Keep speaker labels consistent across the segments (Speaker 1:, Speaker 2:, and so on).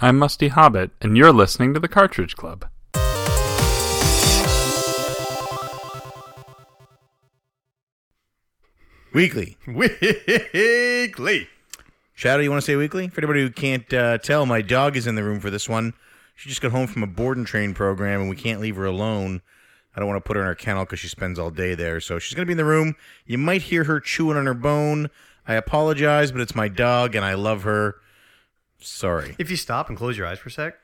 Speaker 1: I'm Musty Hobbit, and you're listening to The Cartridge Club.
Speaker 2: Weekly.
Speaker 3: Weekly.
Speaker 2: Shadow, you want to say weekly? For anybody who can't uh, tell, my dog is in the room for this one. She just got home from a board and train program, and we can't leave her alone. I don't want to put her in her kennel because she spends all day there. So she's going to be in the room. You might hear her chewing on her bone. I apologize, but it's my dog, and I love her. Sorry.
Speaker 3: If you stop and close your eyes for a sec,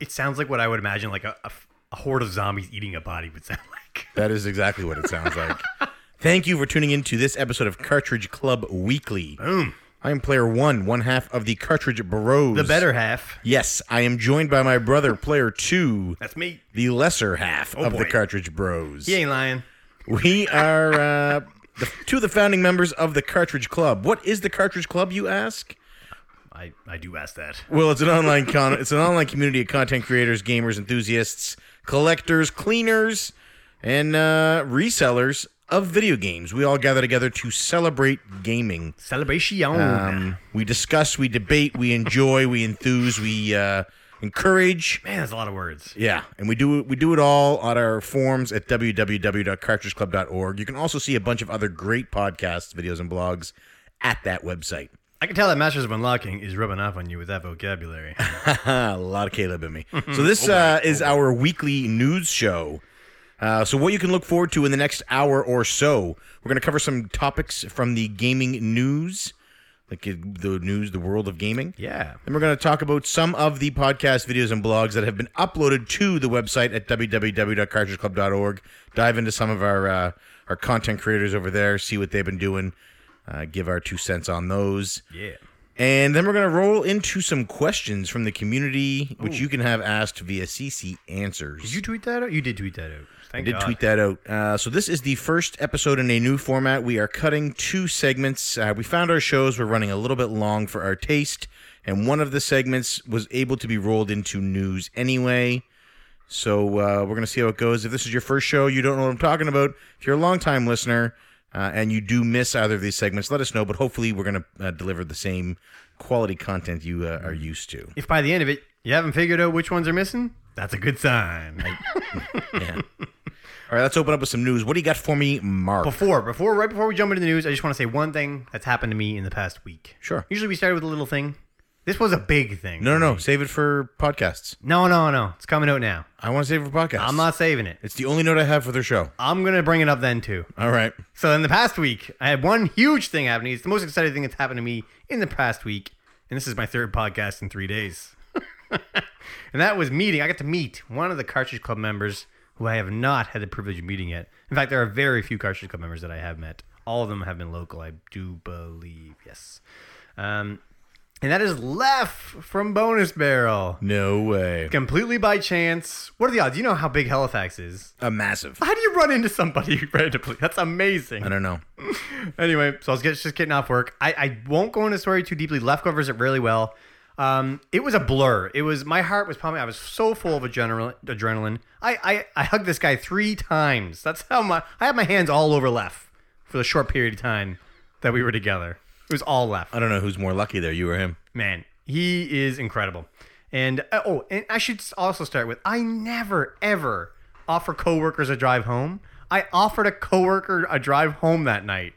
Speaker 3: it sounds like what I would imagine like a, a, a horde of zombies eating a body would sound like.
Speaker 2: That is exactly what it sounds like. Thank you for tuning in to this episode of Cartridge Club Weekly.
Speaker 3: Boom.
Speaker 2: I am player one, one half of the Cartridge Bros.
Speaker 3: The better half.
Speaker 2: Yes, I am joined by my brother, player two,
Speaker 3: That's me.
Speaker 2: the lesser half
Speaker 3: Oh,
Speaker 2: of the
Speaker 3: boy.
Speaker 2: Cartridge Bros.
Speaker 3: He ain't lying.
Speaker 2: We are uh, the, two of the founding members of the Cartridge Club. What is the Cartridge Club, you ask?
Speaker 3: I, I do ask that.
Speaker 2: Well, it's an online con- it's an online community of content creators, gamers, enthusiasts, collectors, cleaners, and uh, resellers of video games. We all gather together to celebrate gaming.
Speaker 3: Celebration.
Speaker 2: Um, we discuss, we debate, we enjoy, we enthuse, we uh, encourage.
Speaker 3: Man, that's a lot of words.
Speaker 2: Yeah, and we do we do it all on our forums at www.cartridgeclub.org. You can also see a bunch of other great podcasts, videos, and blogs at that website.
Speaker 3: I can tell that Masters of Unlocking is rubbing off on you with that vocabulary.
Speaker 2: a lot of Caleb in me. So this uh, is our weekly news show. Uh, so what you can look forward to in the next hour or so, we're going to cover some topics from the gaming news, like uh, the news, the world of gaming.
Speaker 3: yeah.
Speaker 2: And we're going to talk about some of the podcast videos and blogs that have been uploaded to the website at www.cartridgeclub.org. Dive into some of our uh, our content creators over there, see what they've been doing, uh, give our two cents on those.
Speaker 3: Yeah.
Speaker 2: And then we're going to roll into some questions from the community, which you can have asked via CC Answers.
Speaker 3: Did you tweet that out? You did tweet that out. Thank
Speaker 2: I did
Speaker 3: God.
Speaker 2: tweet that out. Uh, so this is the first episode in a new format. We are cutting two segments. Uh, we found our shows were running a little bit long for our taste, and one of the segments was able to be rolled into news anyway. So uh, we're gonna see how it goes. If this is your first show, you don't know what I'm talking about. If you're a longtime listener uh, and you do miss either of these segments, let us know. But hopefully, we're gonna uh, deliver the same quality content you uh, are used to.
Speaker 3: If by the end of it you haven't figured out which ones are missing, that's a good sign.
Speaker 2: Yeah. All right, let's open up with some news. What do you got for me, Mark?
Speaker 3: Before, before, right before we jump into the news, I just want to say one thing that's happened to me in the past week.
Speaker 2: Sure.
Speaker 3: Usually we started with a little thing. This was a big thing.
Speaker 2: No, no, no. Save it for podcasts.
Speaker 3: no, no, no. It's coming out now.
Speaker 2: I want to save it for podcasts.
Speaker 3: I'm not saving it.
Speaker 2: It's the only note I have for their show.
Speaker 3: I'm gonna bring it up then too.
Speaker 2: All right.
Speaker 3: So in the past week, I had one huge thing happening. It's the most exciting thing that's happened to me in the past week, and this is my third podcast in three days. and that was meeting. I got to meet one of the Cartridge Club members who I have not had the privilege of meeting yet. In fact, there are very few Cartridge Club members that I have met. All of them have been local, I do believe. Yes. Um, and that is Lef from Bonus Barrel.
Speaker 2: No way.
Speaker 3: Completely by chance. What are the odds? You know how big Halifax is.
Speaker 2: A massive.
Speaker 3: How do you run into somebody randomly? That's amazing
Speaker 2: I don't know.
Speaker 3: anyway, so I was get- just getting off work. I, I won't go into the story too deeply. Left covers it really well. Um, it was a blur. It was my heart was pumping. I was so full of adrenaline. Adrenaline. I, I I hugged this guy three times. That's how my I had my hands all over left for the short period of time that we were together. It was all left
Speaker 2: I don't know who's more lucky there, you or him.
Speaker 3: man he is incredible and uh, oh and i should also start with i never ever offer coworkers a drive home i offered a coworker a drive home that night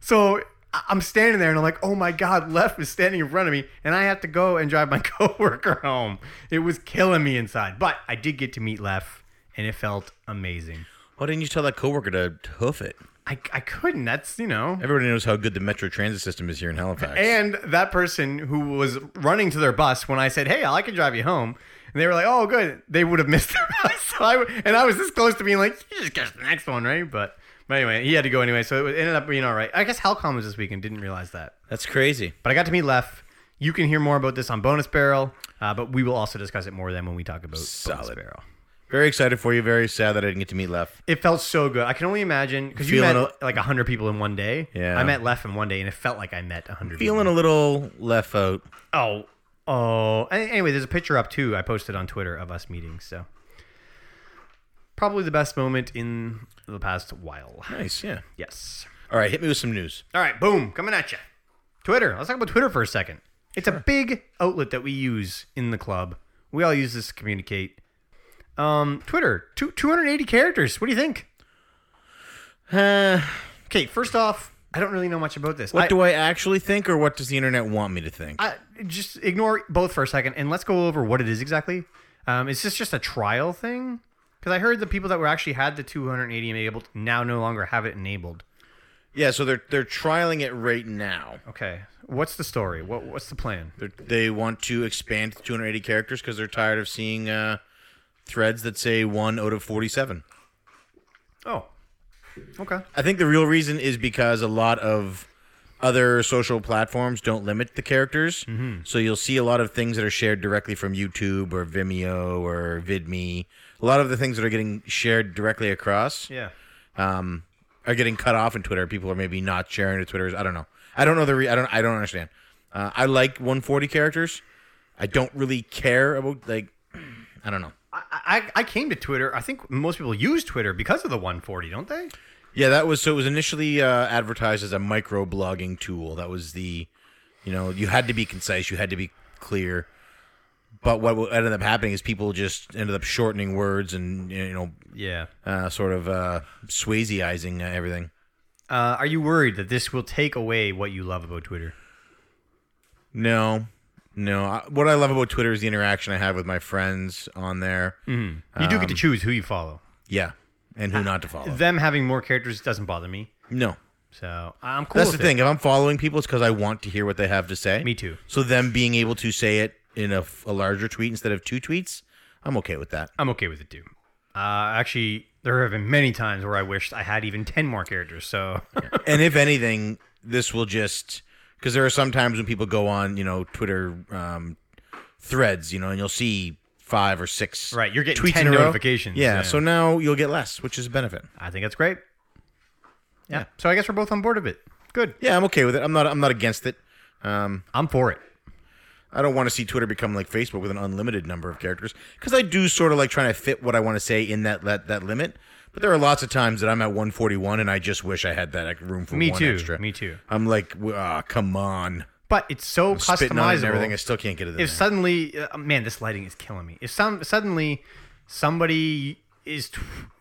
Speaker 3: so I- i'm standing there and i'm like oh my god left is standing in front of me and i have to go and drive my coworker home it was killing me inside but i did get to meet left and it felt amazing
Speaker 2: Why didn't you tell that coworker to to hoof it?
Speaker 3: i, I couldn't that's you know
Speaker 2: Everybody knows how good the metro transit system is here in Halifax.
Speaker 3: And that person who was running to their bus when I said, "Hey, I can drive you home," and they were like, "Oh, good," they would have missed their bus. So I w- and I was this close to being like, "You just catch the next one, right?" But but anyway, he had to go anyway, so it was- ended up being all right. I guess Halcom was this weekend, didn't realize that,
Speaker 2: That's crazy.
Speaker 3: but I got to meet Lef. You can hear more about this on Bonus Barrel, uh, but we will also discuss it more then when we talk about Bonus
Speaker 2: Solid.
Speaker 3: Barrel.
Speaker 2: Very excited for you. Very sad that I didn't get to meet Lef.
Speaker 3: It felt so good. I can only imagine because you met
Speaker 2: Feeling
Speaker 3: like like hundred people in one day.
Speaker 2: Yeah.
Speaker 3: I met Lef in one day, and it felt like I met hundred.
Speaker 2: Feeling a little left out.
Speaker 3: Oh, oh. A- Anyway, there's a picture up too. I posted on Twitter of us meeting. So probably the best moment in the past while.
Speaker 2: Nice, yeah.
Speaker 3: Yes.
Speaker 2: All right, hit me with some news.
Speaker 3: All right. Boom. Coming at you. Twitter. Let's talk about Twitter for a second. It's a big outlet that we use in the club. We all use this to communicate. Um, Twitter, two, 280 characters. What do you think?
Speaker 2: Uh,
Speaker 3: Okay, first off, I don't really know much about this.
Speaker 2: what
Speaker 3: I,
Speaker 2: do I actually think, or what does the internet want me to think?
Speaker 3: I just ignore both for a second and let's go over what it is exactly. Um, is this just a trial thing? Because I heard the people that were actually had the 280 enabled now no longer have it enabled.
Speaker 2: yeah, so they're they're trialing it right now.
Speaker 3: Okay, what's the story? What what's the plan?
Speaker 2: They're, they want to expand to 280 characters because they're tired of seeing uh, threads that say one out of 47.
Speaker 3: Oh, okay.
Speaker 2: I think the real reason is because a lot of other social platforms don't limit the characters. So you'll see a lot of things that are shared directly from YouTube or Vimeo or VidMe. A lot of the things that are getting shared directly across
Speaker 3: Yeah.
Speaker 2: um, are getting cut off in Twitter. People are maybe not sharing to Twitter's. I don't know. I don't know the. Re- I don't. I don't understand. Uh, I like 140 characters. I don't really care about like. I don't know.
Speaker 3: I, I I came to Twitter. I think most people use Twitter because of the 140, don't they?
Speaker 2: Yeah, that was so. It was initially uh, advertised as a micro blogging tool. That was the, you know, you had to be concise, you had to be clear. But what w- ended up happening is people just ended up shortening words and you know,
Speaker 3: Yeah.
Speaker 2: uh, sort of uh, Swayzeizing uh, everything.
Speaker 3: Uh, are you worried that this will take away what you love about Twitter?
Speaker 2: No, no. I, what I love about Twitter is the interaction I have with my friends on there.
Speaker 3: Mm. You do get to choose who you follow.
Speaker 2: Yeah, and
Speaker 3: Ah,
Speaker 2: who not to follow.
Speaker 3: Um, Them having more characters doesn't bother me.
Speaker 2: no,
Speaker 3: So I'm cool.
Speaker 2: that's
Speaker 3: with
Speaker 2: the
Speaker 3: it.
Speaker 2: thing. If I'm following people, it's because I want to hear what they have to say.
Speaker 3: Me too.
Speaker 2: So them being able to say it in a, f- a larger tweet instead of two tweets, I'm okay with that.
Speaker 3: I'm okay with it too. Uh, actually, there have been many times where I wished I had even ten more characters. So
Speaker 2: and if anything, this will just because there are some times when people go on, you know, Twitter um, threads, you know, and you'll see five or six.
Speaker 3: Right, you're getting
Speaker 2: tweets
Speaker 3: 10
Speaker 2: in a row.
Speaker 3: notifications,
Speaker 2: Yeah,
Speaker 3: yeah.
Speaker 2: So now you'll get less, which is a benefit.
Speaker 3: I think that's great. Yeah. So I guess we're both on board of it. Good.
Speaker 2: Yeah, I'm okay with it. I'm not. I'm not against it. Um,
Speaker 3: I'm for it.
Speaker 2: I don't want to see Twitter become like Facebook with an unlimited number of characters because I do sort of like trying to fit what I want to say in that, that that limit. But there are lots of times that I'm at 141 and I just wish I had that like, room for
Speaker 3: Me
Speaker 2: one
Speaker 3: too.
Speaker 2: extra.
Speaker 3: Me too.
Speaker 2: I'm like, w- ah, come on,
Speaker 3: But it's so
Speaker 2: spitting on it
Speaker 3: customizable.
Speaker 2: and everything. I still can't get it. In
Speaker 3: if
Speaker 2: there.
Speaker 3: suddenly, uh, man, this lighting is killing me. If some suddenly somebody is t-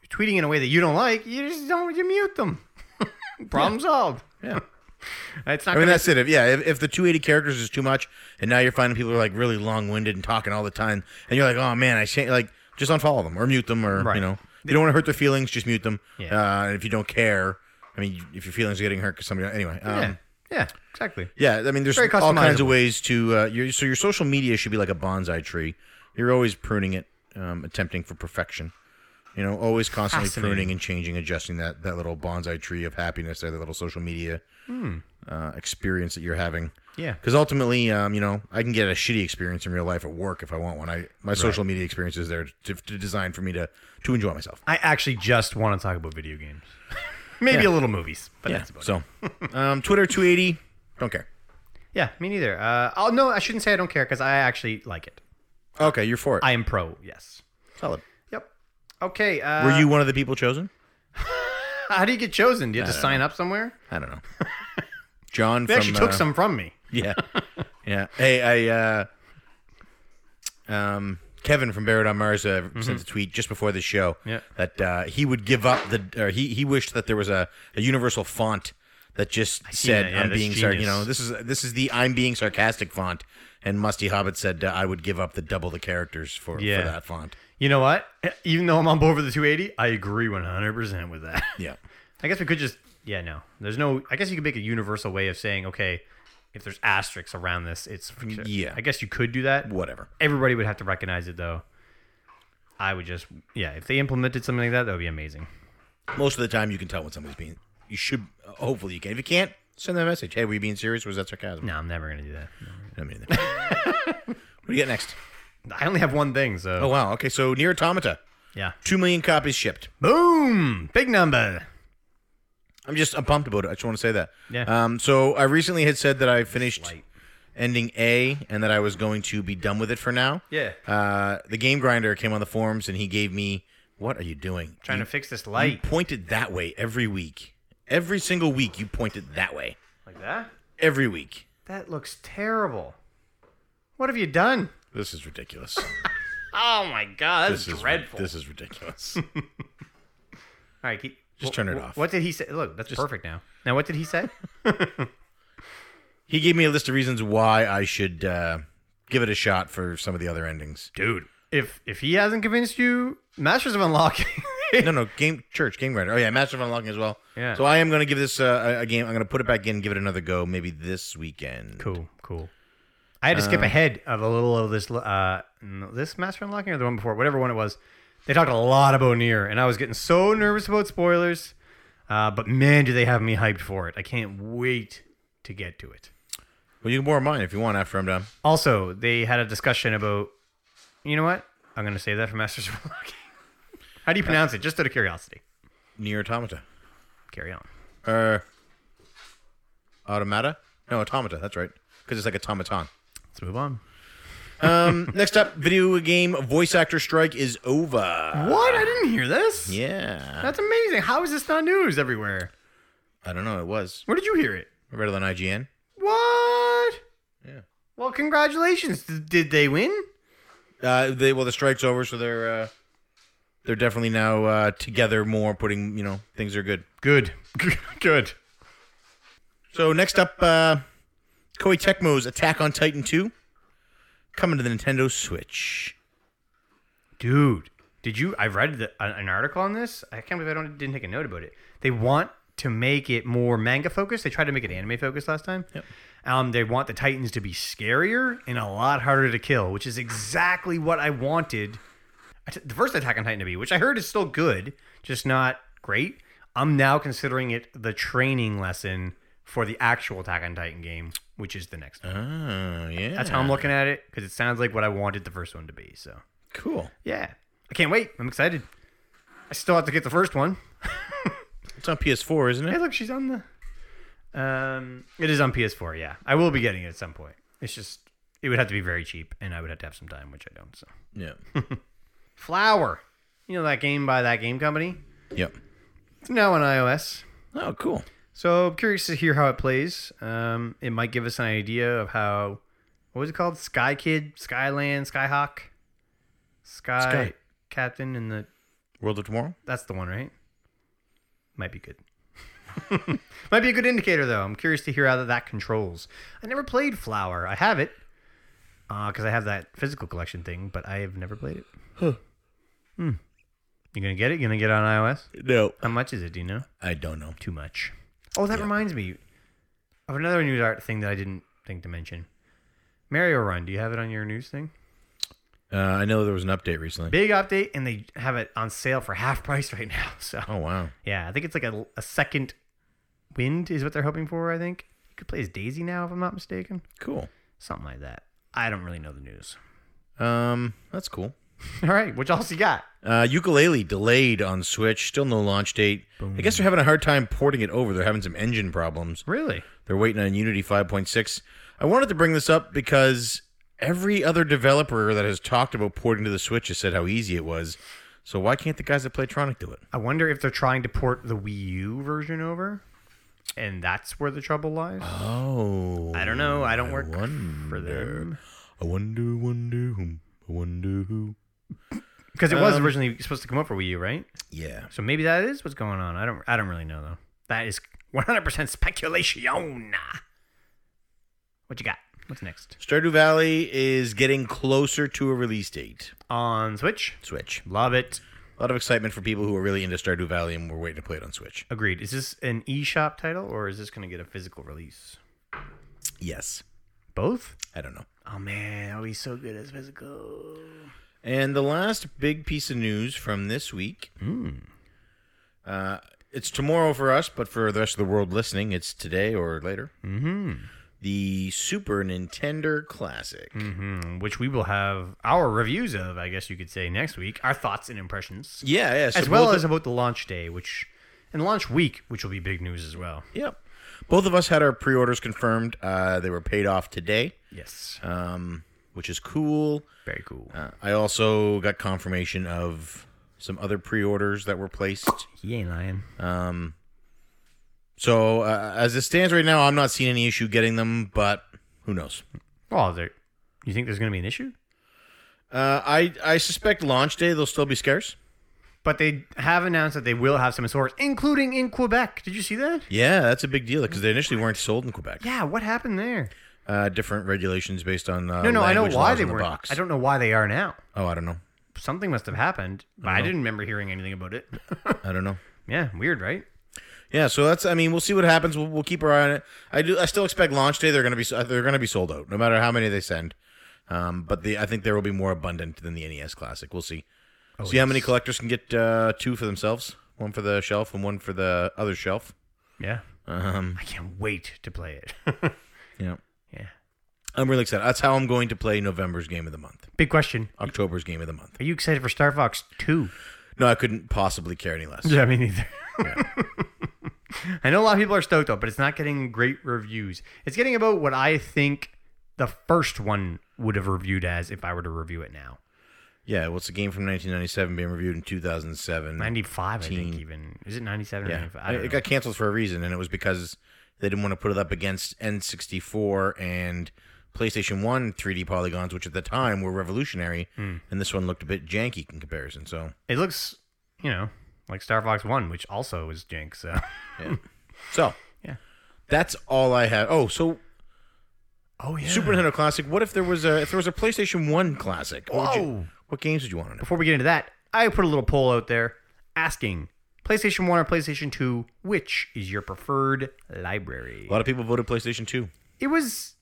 Speaker 3: tweeting in a way that you don't like, you just don't. You mute them. Problem solved.
Speaker 2: Yeah.
Speaker 3: It's not.
Speaker 2: I mean,
Speaker 3: gonna,
Speaker 2: that's it. If, yeah, if, if the 280 characters is too much, and now you're finding people are like really long winded and talking all the time, and you're like, oh man, I can't. Like, just unfollow them or mute them or
Speaker 3: Right.
Speaker 2: you know, if you don't want to hurt their feelings, just mute them.
Speaker 3: Yeah.
Speaker 2: Uh, and if you don't care, I mean, if your feelings are getting hurt because somebody anyway. Um,
Speaker 3: yeah. Yeah. Exactly.
Speaker 2: Yeah, I mean, there's
Speaker 3: Very
Speaker 2: all kinds
Speaker 3: customizable.
Speaker 2: of ways to. Uh, your, so your social media should be like a bonsai tree. You're always pruning it, um, attempting for perfection. You know, always constantly
Speaker 3: Fascinating.
Speaker 2: pruning and changing, adjusting that that little bonsai tree of happiness, or that little social media uh, experience that you're having.
Speaker 3: Hmm. Yeah.
Speaker 2: Because ultimately, um, you know, I can get a shitty experience in real life at work if I want one. I my social media experience is there to, to design for me to to enjoy myself.
Speaker 3: I actually just want to talk about video games. Maybe a little movies, but
Speaker 2: Yeah.
Speaker 3: that's about it.
Speaker 2: So, um, Twitter 280, don't care.
Speaker 3: Yeah, me neither. Uh, oh no, I shouldn't say I don't care because I actually like it.
Speaker 2: Okay, you're for it.
Speaker 3: Uh, I am pro. Yes.
Speaker 2: Solid.
Speaker 3: Yep. Okay. Uh,
Speaker 2: Were you one of the people chosen?
Speaker 3: How do you get chosen? Do you have to sign up somewhere?
Speaker 2: I don't know. John
Speaker 3: They
Speaker 2: Uh, from
Speaker 3: actually took
Speaker 2: uh,
Speaker 3: some from me.
Speaker 2: Yeah. yeah. Hey, I uh um Kevin from Barrett on Mars uh, sent a tweet just before the show
Speaker 3: Mm-hmm. Yeah.
Speaker 2: that uh, he would give up the or he he wished that there was a, a universal font that just
Speaker 3: seen
Speaker 2: said
Speaker 3: that, yeah,
Speaker 2: I'm
Speaker 3: that's
Speaker 2: being sar- you
Speaker 3: genius.
Speaker 2: know this is this is the I'm being sarcastic font and Musty Hobbit said uh, I would give up the double the characters for,
Speaker 3: Yeah.
Speaker 2: for that font.
Speaker 3: You know what? Even though I'm on board with the 280, I agree 100% with that.
Speaker 2: Yeah.
Speaker 3: I guess we could just, yeah, no. There's no, I guess you could make a universal way of saying, okay, if there's asterisks around this, it's.
Speaker 2: Yeah.
Speaker 3: I guess you could do that.
Speaker 2: Whatever.
Speaker 3: Everybody would have to recognize it, though. I would just, yeah, if they implemented something like that, that would be amazing.
Speaker 2: Most of the time you can tell when somebody's being you should uh, hopefully you can. If you can't, send them a message. Hey, were you being serious or was that sarcasm?
Speaker 3: No, I'm never going to do that.
Speaker 2: I mean, what do you got next?
Speaker 3: I only have one thing, so.
Speaker 2: Oh wow. Okay, so near automata,
Speaker 3: Yeah.
Speaker 2: two million copies shipped.
Speaker 3: Boom! Big number.
Speaker 2: I'm just I'm pumped about it. I just want to say that.
Speaker 3: Yeah.
Speaker 2: Um. So I recently had said that I finished ending A and that I was going to be done with it for now.
Speaker 3: Yeah.
Speaker 2: Uh, the game grinder came on the forums and he gave me, "What are you doing?
Speaker 3: Trying
Speaker 2: you,
Speaker 3: to fix this
Speaker 2: you
Speaker 3: light
Speaker 2: pointed that way every week. Every single week you pointed that way.
Speaker 3: like that.
Speaker 2: Every week.
Speaker 3: That looks terrible. What have you done?
Speaker 2: This is ridiculous.
Speaker 3: Oh my god, that's
Speaker 2: this is
Speaker 3: dreadful.
Speaker 2: This is ridiculous.
Speaker 3: All right, keep,
Speaker 2: Just
Speaker 3: wh-
Speaker 2: turn it
Speaker 3: wh-
Speaker 2: off.
Speaker 3: What did he say? Look, that's perfect now. Now, what did he say?
Speaker 2: he gave me a list of reasons why I should uh, give it a shot for some of the other endings.
Speaker 3: Dude, if if he hasn't convinced you, Masters of Unlocking.
Speaker 2: No, no, game church, game writer. Oh yeah, Master of Unlocking as well.
Speaker 3: Yeah.
Speaker 2: So I am going to give this uh, a- a game. I'm going to put it back in, give it another go, maybe this weekend.
Speaker 3: cool, cool. I had to skip ahead of a little of this uh no, this Master of Unlocking or the one before, whatever one it was. They talked a lot about Nier, and I was getting so nervous about spoilers. Uh, but man, do they have me hyped for it! I can't wait to get to it.
Speaker 2: Well, you can borrow mine if you want uh, after I'm done.
Speaker 3: Also, they had a discussion about, you know what? I'm going to save that for Masters of Unlocking. How do you pronounce it? Just out of curiosity.
Speaker 2: Near Automata.
Speaker 3: Carry on.
Speaker 2: Uh, automata? No, Automata. That's right. Because it's like automaton.
Speaker 3: Let's move on.
Speaker 2: Um, next up, video game voice actor strike is over.
Speaker 3: What? I didn't hear this.
Speaker 2: Yeah.
Speaker 3: That's amazing. How is this not news everywhere?
Speaker 2: I don't know. It was.
Speaker 3: Where did you hear it?
Speaker 2: I read it on IGN.
Speaker 3: What?
Speaker 2: Yeah.
Speaker 3: Well, congratulations. D- did they win?
Speaker 2: Uh, they well, the strike's over, so they're uh, they're definitely now uh, together more, putting you know things are good.
Speaker 3: Good. Good.
Speaker 2: So next up, uh, Koei Tecmo's Attack on Titan 2 coming to the Nintendo Switch.
Speaker 3: Dude, did you? I read the, an an article on this. I can't believe I don't, didn't take a note about it. They want to make it more manga focused. They tried to make it anime focused last time. Yep. Um, they want the Titans to be scarier and a lot harder to kill, which is exactly what I wanted. I t- The first Attack on Titan to be, which I heard is still good, just not great. I'm now considering it the training lesson for the actual Attack on Titan game, which is the next. one.
Speaker 2: Oh yeah,
Speaker 3: That's how I'm looking at it because it sounds like what I wanted the first one to be. So.
Speaker 2: cool.
Speaker 3: Yeah. I can't wait. I'm excited. I still have to get the first one.
Speaker 2: It's on PS4, isn't
Speaker 3: Hey,
Speaker 2: it?
Speaker 3: look, she's on the. Um, it is on PS4. Yeah, I will be getting it at some point. It's just it would have to be very cheap, and I would have to have some time, which I don't. So
Speaker 2: Yeah.
Speaker 3: Flower, you know that game by that game company.
Speaker 2: yep.
Speaker 3: It's now on iOS.
Speaker 2: Oh, cool.
Speaker 3: So I'm curious to hear how it plays. Um, it might give us an idea of how. What was it called? Sky Kid, Skyland, Skyhawk, Sky,
Speaker 2: Sky.
Speaker 3: Captain, and the
Speaker 2: World of Tomorrow.
Speaker 3: That's the one, right? Might be good. Might be a good indicator, though. I'm curious to hear how that, that controls. I never played Flower. I have it because I have that physical collection thing, but I have never played it. Huh. Hmm. You gonna get it? You gonna get it on iOS?
Speaker 2: No,
Speaker 3: How much is it? Do you know?
Speaker 2: I don't know.
Speaker 3: Too much. Oh, that reminds me of another news art thing that I didn't think to mention. Mario Run. Do you have it on your news thing?
Speaker 2: Uh, I know there was an update recently.
Speaker 3: Big update, and they have it on sale for half price right now. So.
Speaker 2: Oh wow.
Speaker 3: Yeah, I think it's like a, a second wind is what they're hoping for. I think you could play as Daisy now, if I'm not mistaken,
Speaker 2: Cool.
Speaker 3: something like that. I don't really know the news.
Speaker 2: Um, that's cool.
Speaker 3: All right, what else you got?
Speaker 2: Uh, ukulele delayed on Switch. Still no launch date. I guess they're having a hard time porting it over. They're having some engine problems.
Speaker 3: Really?
Speaker 2: They're waiting on Unity 5.6. I wanted to bring this up because every other developer that has talked about porting to the Switch has said how easy it was. So why can't the guys that play Tronic do it?
Speaker 3: I wonder if they're trying to port the Wii U version over, and that's where the trouble lies.
Speaker 2: Oh,
Speaker 3: I don't know. I don't work for them
Speaker 2: I wonder, wonder whom. I wonder who.
Speaker 3: because it was
Speaker 2: Um,
Speaker 3: originally supposed to come up for Wii U, right?
Speaker 2: Yeah.
Speaker 3: So maybe that is what's going on. I don't. I don't really know though. That is 100% speculation. What you got? What's next
Speaker 2: Stardew Valley is getting closer to a release date.
Speaker 3: on Switch?
Speaker 2: Switch.
Speaker 3: Love it.
Speaker 2: A lot of excitement for people who are really into Stardew Valley and were waiting to play it on Switch.
Speaker 3: Agreed. Is this an eShop title or is this going to get a physical release?
Speaker 2: Yes.
Speaker 3: Both?
Speaker 2: I don't know.
Speaker 3: Oh man, that'll be so good as physical.
Speaker 2: And the last big piece of news from this week.
Speaker 3: Hmm,
Speaker 2: Uh, it's tomorrow for us, but for the rest of the world listening, it's today or later. Mm-hmm.
Speaker 3: hmm,
Speaker 2: The Super Nintendo Classic.
Speaker 3: Mm-hmm. Which we will have our reviews of, I guess you could say, next week. Our thoughts and impressions,
Speaker 2: Yeah, yeah. so
Speaker 3: as well
Speaker 2: both
Speaker 3: as about the launch day, which and launch week, which will be big news as well.
Speaker 2: yep. Both of us had our pre-orders confirmed. Uh, they were paid off today,
Speaker 3: Yes,
Speaker 2: um, which is cool.
Speaker 3: very cool.
Speaker 2: Uh, I also got confirmation of some other pre-orders that were placed.
Speaker 3: he ain't lying.
Speaker 2: Um, so uh, as it stands right now, I'm not seeing any issue getting them, but who knows?
Speaker 3: Well, they're You think there's going to be an issue?
Speaker 2: Uh, I I suspect launch day they'll still be scarce.
Speaker 3: But they have announced that they will have some in stores, including in Quebec. Did you see that?
Speaker 2: Yeah, that's a big deal because they initially weren't sold in Quebec.
Speaker 3: Yeah, what happened there?
Speaker 2: Uh, different regulations based on uh,
Speaker 3: No, no, I know
Speaker 2: language
Speaker 3: why
Speaker 2: laws
Speaker 3: they
Speaker 2: on the
Speaker 3: weren't.
Speaker 2: box.
Speaker 3: I don't know why they are now.
Speaker 2: Oh, I don't know.
Speaker 3: Something must have happened, but
Speaker 2: Uh-huh.
Speaker 3: I didn't remember hearing anything about it.
Speaker 2: I don't know.
Speaker 3: yeah, weird, right?
Speaker 2: Yeah, so that's. I mean, we'll see what happens. We'll, we'll keep our eye on it. I do. I still expect launch day. They're gonna be. They're gonna be sold out, no matter how many they send. Um, but the I think there will be more abundant than the NES Classic. We'll see. Oh,
Speaker 3: Oh,
Speaker 2: see how many collectors can get uh, two for themselves, one for the shelf and one for the other shelf.
Speaker 3: Yeah.
Speaker 2: Um,
Speaker 3: I can't wait to play it.
Speaker 2: yeah,
Speaker 3: yeah.
Speaker 2: I'm really excited. That's how I'm going to play November's game of the month,
Speaker 3: Big question.
Speaker 2: October's game of the month.
Speaker 3: Are you excited for Star Fox 2?
Speaker 2: No, I couldn't possibly care any less.
Speaker 3: Yeah, me neither. I know a lot of people are stoked though, but it's not getting great reviews. It's getting about what I think the first one would have reviewed as if I were to review it now.
Speaker 2: Yeah, well, it's a game from 1997 being reviewed in 2007.
Speaker 3: 95, I
Speaker 2: Mm. Teen.
Speaker 3: think, even. Is it 97 or
Speaker 2: Yeah,
Speaker 3: 95? I don't
Speaker 2: it
Speaker 3: know.
Speaker 2: got canceled for a reason, and it was because they didn't want to put it up against N64 and PlayStation One 3D polygons, which at the time were revolutionary,
Speaker 3: Hmm.
Speaker 2: and this one looked a bit janky in comparison. So,
Speaker 3: It looks, you know, like Star Fox 1, which also is jank, so.
Speaker 2: yeah. so
Speaker 3: Yeah.
Speaker 2: that's all I have. Oh, so
Speaker 3: Oh, yeah.
Speaker 2: Super Nintendo Classic. What if there was a if there was a PlayStation One Classic? What, would you-
Speaker 3: Whoa.
Speaker 2: what games would you want on it?
Speaker 3: Before we get into that, I put a little poll out there asking PlayStation 1 or PlayStation 2, which is your preferred library?
Speaker 2: A lot of people voted PlayStation Two.
Speaker 3: it was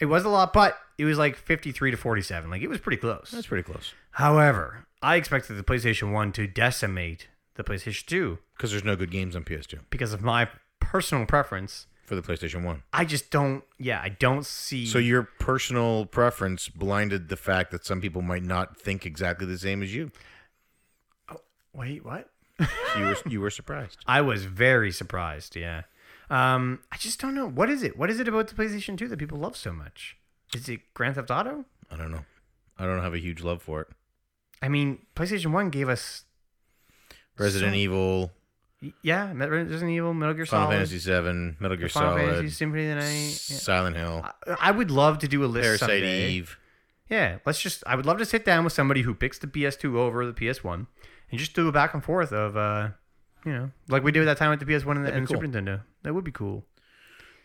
Speaker 3: it was a lot, but it was like 53 to 47. Like it was pretty close.
Speaker 2: That's pretty close
Speaker 3: However, I expected the PlayStation 1 to decimate the PlayStation 2
Speaker 2: because there's no good games on PS2
Speaker 3: because of my personal preference.
Speaker 2: for the PlayStation One.
Speaker 3: I just don't yeah, I don't see
Speaker 2: So your personal preference blinded the fact that some people might not think exactly the same as you.
Speaker 3: Wait, what?
Speaker 2: You were you were surprised.
Speaker 3: I was very surprised, yeah. Um, I just don't know. What is it? What is it about the PlayStation 2 that people love so much? Is it Grand Theft Auto?
Speaker 2: I don't know. I don't have a huge love for it.
Speaker 3: I mean, PlayStation 1 gave us
Speaker 2: Resident
Speaker 3: So-
Speaker 2: Evil,
Speaker 3: y- yeah, Resident Evil, Metal Gear
Speaker 2: Final
Speaker 3: Solid,
Speaker 2: Fantasy VII, Metal Gear
Speaker 3: Final
Speaker 2: Solid,
Speaker 3: Fantasy Symphony of the Night. yeah.
Speaker 2: Silent Hill,
Speaker 3: I- I would love to do a list
Speaker 2: Parasite
Speaker 3: someday.
Speaker 2: Eve.
Speaker 3: Yeah, let's just. I would love to sit down with somebody who picks the PS2 over the PS1 and just do a back and forth of, uh, you know, like we did that time with the PS1 and the,
Speaker 2: That'd be
Speaker 3: and the
Speaker 2: cool.
Speaker 3: Super Nintendo. That would be cool.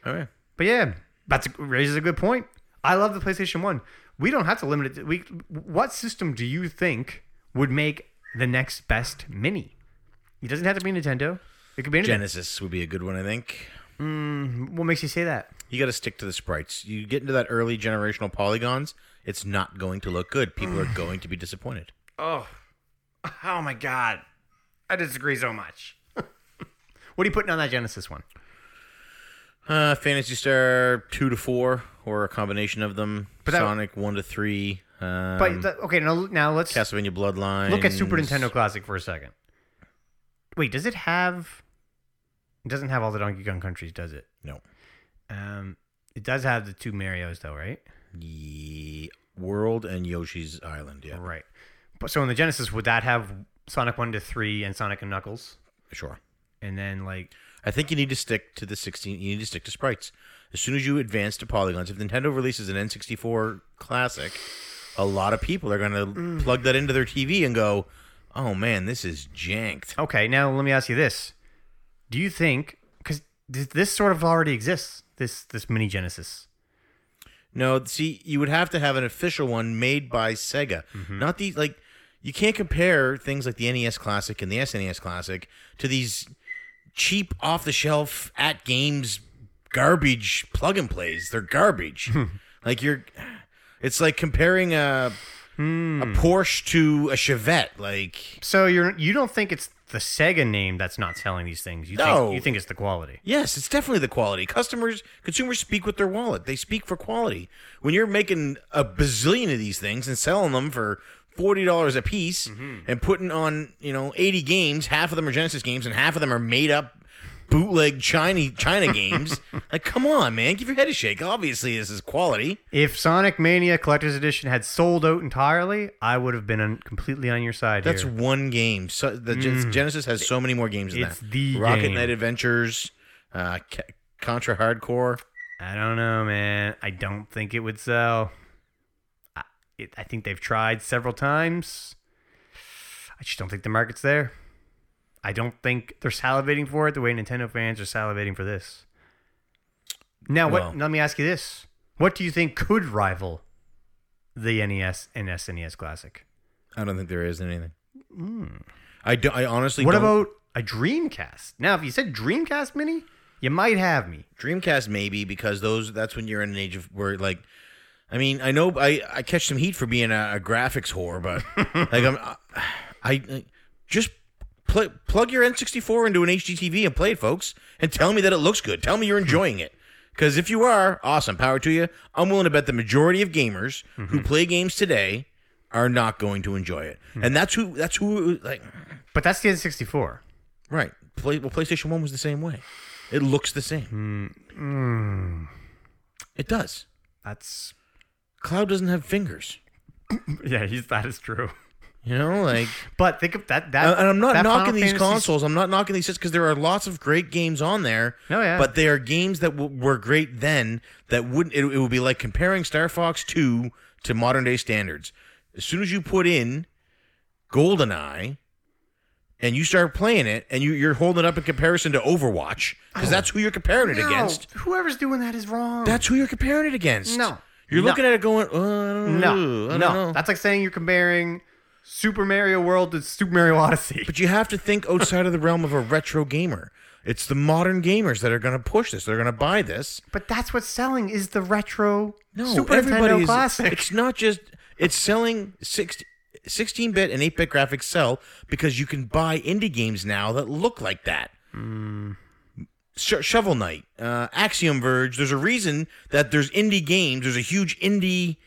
Speaker 2: All right.
Speaker 3: But Oh, yeah, that's raises a good point. I love the PlayStation One. We don't have to limit it. to- we what system do you think would make the next best mini? It doesn't have to be Nintendo. It could be anything.
Speaker 2: Genesis would be a good one, I think.
Speaker 3: What makes you say that?
Speaker 2: You got to stick to the sprites. You get into that early generational polygons, it's not going to look good. People are going to be disappointed.
Speaker 3: Oh, oh my God! I disagree so much. what are you putting on that Genesis one?
Speaker 2: Uh, Fantasy Star two to four, or a combination of them.
Speaker 3: But that-
Speaker 2: Sonic one to three. Um,
Speaker 3: But the, okay, now now let's
Speaker 2: Castlevania Bloodline.
Speaker 3: look at Super Nintendo Classic for a second. Wait, does it have? It doesn't have all the Donkey Kong countries, does it?
Speaker 2: No.
Speaker 3: Um, it does have the two Mario's though, right?
Speaker 2: Ye- World and Yoshi's Island. Yeah,
Speaker 3: Right. But so in the Genesis, would that have Sonic one to three and Sonic and Knuckles,
Speaker 2: sure.
Speaker 3: and then like
Speaker 2: I think you need to stick to the 16. You need to stick to sprites. As soon as you advance to polygons, if Nintendo releases an N64 classic, a lot of people are going to plug that into their TV and go, "Oh man, this is janked."
Speaker 3: Okay, now let me ask you this: Do you think because this sort of already exists this this mini Genesis?
Speaker 2: No, see, you would have to have an official one made by Sega. Not these like you can't compare things like the NES Classic and the SNES Classic to these cheap off the shelf at games garbage plug and plays. They're garbage. like you're it's like comparing a a Porsche to a Chevette. Like
Speaker 3: So you're you don't think it's the Sega name that's not selling these things? You
Speaker 2: No.
Speaker 3: think you think it's the quality?
Speaker 2: Yes, it's definitely the quality. Customers, consumers speak with their wallet. They speak for quality. When you're making a bazillion of these things and selling them for forty dollars a piece,
Speaker 3: Mm-hmm.
Speaker 2: and putting on you know eighty games, half of them are Genesis games, and half of them are made up bootleg China China games. like, come on, man, give your head a shake. Obviously, this is quality.
Speaker 3: If Sonic Mania Collector's Edition had sold out entirely, I would have been on, completely on your side.
Speaker 2: That's
Speaker 3: here. Mm.
Speaker 2: one game. So the Gen- Genesis has so many more games than
Speaker 3: It's
Speaker 2: that.
Speaker 3: the
Speaker 2: Rocket
Speaker 3: game.
Speaker 2: Knight Adventures, uh, Ca- Contra Hardcore.
Speaker 3: I don't know, man. I don't think it would sell. it, I think they've tried several times. I just don't think the market's there. I don't think they're salivating for it the way Nintendo fans are salivating for this. Now, what?
Speaker 2: Well-
Speaker 3: let me ask you this: What do you think could rival the NES and SNES Classic?
Speaker 2: I don't think there is anything. I do, I honestly.
Speaker 3: Hmm. What
Speaker 2: don't-
Speaker 3: about a Dreamcast? Now, if you said Dreamcast Mini, you might have me.
Speaker 2: Dreamcast? Maybe because those. That's when you're in an age of where like. I mean, I know I, I catch some heat for being a, a graphics whore, but like I'm, I, I- just pl- plug your N64 into an HDTV and play it, folks, and tell me that it looks good. Tell me you're enjoying it, because if you are, awesome, power to you. I'm willing to bet the majority of gamers
Speaker 3: Mm-hmm.
Speaker 2: who play games today are not going to enjoy it, and that's who that's who like
Speaker 3: But that's the N64.
Speaker 2: Right. Play, well, PlayStation One was the same way. It looks the same.
Speaker 3: Hmm.
Speaker 2: It does.
Speaker 3: That's
Speaker 2: Cloud doesn't have fingers.
Speaker 3: yeah, he's, that is true.
Speaker 2: You know, like,
Speaker 3: But think of that. that
Speaker 2: and and I'm not
Speaker 3: that
Speaker 2: knocking
Speaker 3: Final
Speaker 2: these
Speaker 3: Fantasy-
Speaker 2: consoles. I'm not knocking these because there are lots of great games on there.
Speaker 3: Oh, yeah.
Speaker 2: But they are games that w- were great then. That wouldn't. It, it would be like comparing Star Fox Two to modern day standards. As soon as you put in GoldenEye, and you start playing it, and you, you're holding it up in comparison to Overwatch, because that's who you're comparing it
Speaker 3: Oh. No,
Speaker 2: against.
Speaker 3: whoever's doing that is wrong.
Speaker 2: That's who you're comparing it against.
Speaker 3: No.
Speaker 2: You're
Speaker 3: No.
Speaker 2: looking at it going, oh, I don't
Speaker 3: no,
Speaker 2: know. I don't
Speaker 3: no.
Speaker 2: know.
Speaker 3: That's like saying you're comparing Super Mario World to Super Mario Odyssey.
Speaker 2: but you have to think outside of the realm of a retro gamer. It's the modern gamers that are going to push this. They're going to buy this.
Speaker 3: But that's what's selling is the retro
Speaker 2: No,
Speaker 3: Super
Speaker 2: everybody
Speaker 3: Nintendo
Speaker 2: is-
Speaker 3: Classic.
Speaker 2: It's not just, it's selling 16 bit and 8 bit graphics sell because you can buy indie games now that look like that. Sho- Shovel Knight, uh, Axiom Verge. There's a reason that there's indie games. There's a huge indie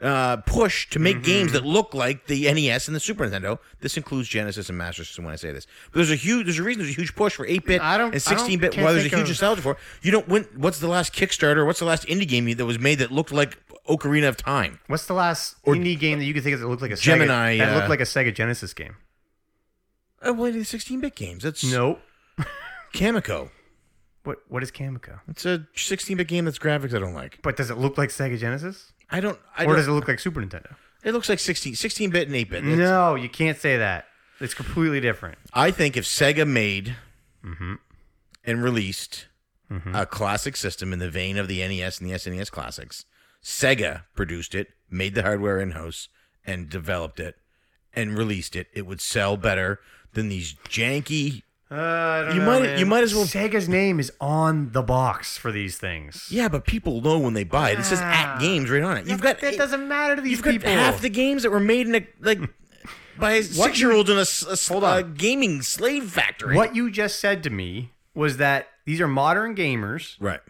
Speaker 2: uh, push to make
Speaker 3: Mm-hmm.
Speaker 2: games that look like the NES and the Super Nintendo. This includes Genesis and Master System when I say this. But there's a huge, there's a reason there's a huge push for 8-bit
Speaker 3: I don't-
Speaker 2: and
Speaker 3: I don't-
Speaker 2: 16-bit.
Speaker 3: can't
Speaker 2: While there's a
Speaker 3: think
Speaker 2: huge
Speaker 3: of-
Speaker 2: nostalgia for, you don't. When, what's the last Kickstarter? What's the last indie game that was made that looked like Ocarina of Time?
Speaker 3: What's the last indie game that you can think of that looked like a Sega,
Speaker 2: Gemini,
Speaker 3: that
Speaker 2: uh,
Speaker 3: looked like a Sega Genesis game?
Speaker 2: Uh, well, the 16-bit games. That's
Speaker 3: No.
Speaker 2: Kamiko.
Speaker 3: What What is Kamiko?
Speaker 2: It's a 16-bit game that's graphics I don't like.
Speaker 3: But does it look like Sega Genesis,
Speaker 2: I don't. I
Speaker 3: or
Speaker 2: don't
Speaker 3: does it look like Super Nintendo?
Speaker 2: it looks like 16, 16-bit and 8-bit. It's-
Speaker 3: No, you can't say that. It's completely different.
Speaker 2: I think if Sega made
Speaker 3: Mm-hmm.
Speaker 2: and released a classic system in the vein of the NES and the SNES classics, Sega produced it, made the hardware in house, and developed it and released it, it would sell better than these janky.
Speaker 3: Uh, I don't
Speaker 2: You
Speaker 3: know,
Speaker 2: might-
Speaker 3: man.
Speaker 2: you might as well-
Speaker 3: Sega's name is on the box for these things.
Speaker 2: Yeah, but people know when they buy it. It says at
Speaker 3: Ah.
Speaker 2: games right on it. You've got
Speaker 3: that
Speaker 2: eight-
Speaker 3: doesn't matter to these
Speaker 2: you've got
Speaker 3: people.
Speaker 2: half the games that were made in a like by six year olds in a, s- a s-
Speaker 3: Hold
Speaker 2: a
Speaker 3: on.
Speaker 2: gaming slave factory.
Speaker 3: What you just said to me was that these are modern gamers
Speaker 2: Right.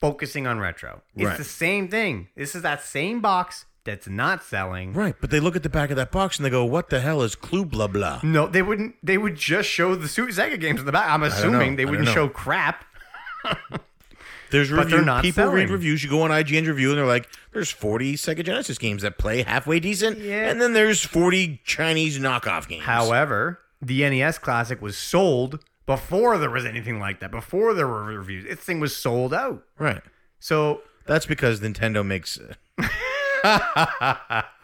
Speaker 3: focusing on retro. It's
Speaker 2: Right.
Speaker 3: the same thing. This is that same box that's not selling.
Speaker 2: Right, but they look at the back of that box and they go, "What the hell is Clue blah blah?"
Speaker 3: No, they wouldn't. They would just show the Su- Sega games in the back. I'm assuming
Speaker 2: know. I
Speaker 3: they
Speaker 2: don't
Speaker 3: wouldn't
Speaker 2: know.
Speaker 3: show crap.
Speaker 2: There's
Speaker 3: But
Speaker 2: review.
Speaker 3: they're not
Speaker 2: People read
Speaker 3: selling.
Speaker 2: reviews. You go on IGN review, and they're like, "There's 40 Sega Genesis games that play halfway decent,
Speaker 3: Yeah.
Speaker 2: and then there's 40 Chinese knockoff games."
Speaker 3: However, the NES Classic was sold before there was anything like that. Before there were reviews, this thing was sold out.
Speaker 2: right?
Speaker 3: So
Speaker 2: That's because Nintendo makes.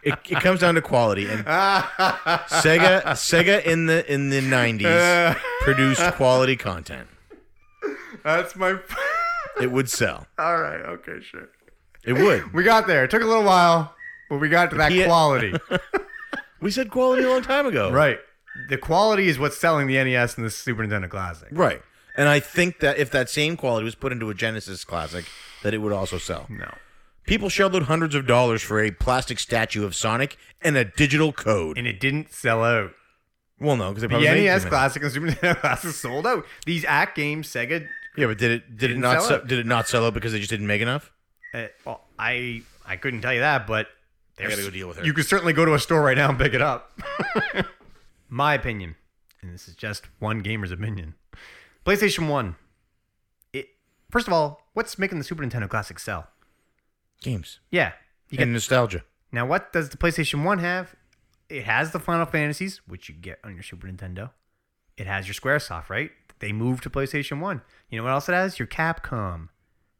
Speaker 2: it, it comes down to quality, and Sega Sega in the in the 90s produced quality content.
Speaker 3: that's my.
Speaker 2: It would sell.
Speaker 3: All right. Okay. Sure.
Speaker 2: It would.
Speaker 3: We got there. It took a little while, but we got to that
Speaker 2: Yeah.
Speaker 3: quality.
Speaker 2: We said quality a long time ago.
Speaker 3: right. The quality is what's selling the NES and the Super Nintendo Classic.
Speaker 2: Right. And I think that if that same quality was put into a Genesis classic, that it would also sell.
Speaker 3: No.
Speaker 2: People shelled out hundreds of dollars for a plastic statue of Sonic and a digital code.
Speaker 3: And it didn't sell out.
Speaker 2: well, no, because they
Speaker 3: The E
Speaker 2: probably made
Speaker 3: NES
Speaker 2: too many.
Speaker 3: Classic and Super Nintendo Classic sold out. These act games, Sega.
Speaker 2: Yeah, but did it did it
Speaker 3: Didn't
Speaker 2: not
Speaker 3: sell
Speaker 2: sell
Speaker 3: out.
Speaker 2: did it not sell out because they just didn't make enough?
Speaker 3: Uh, well, I I couldn't tell you that, but
Speaker 2: I gotta
Speaker 3: there's-
Speaker 2: go deal with her.
Speaker 3: You could certainly go to a store right now and pick it up. My opinion, and this is just one gamer's opinion. PlayStation One. It first of all, what's making the Super Nintendo Classic sell?
Speaker 2: Games
Speaker 3: Yeah, you get
Speaker 2: and nostalgia.
Speaker 3: Now, what does the PlayStation 1 have? It has the Final Fantasies, which you get on your Super Nintendo. It has your Squaresoft, right? They moved to PlayStation 1. You know what else it has? Your
Speaker 2: Hmm.
Speaker 3: Capcom.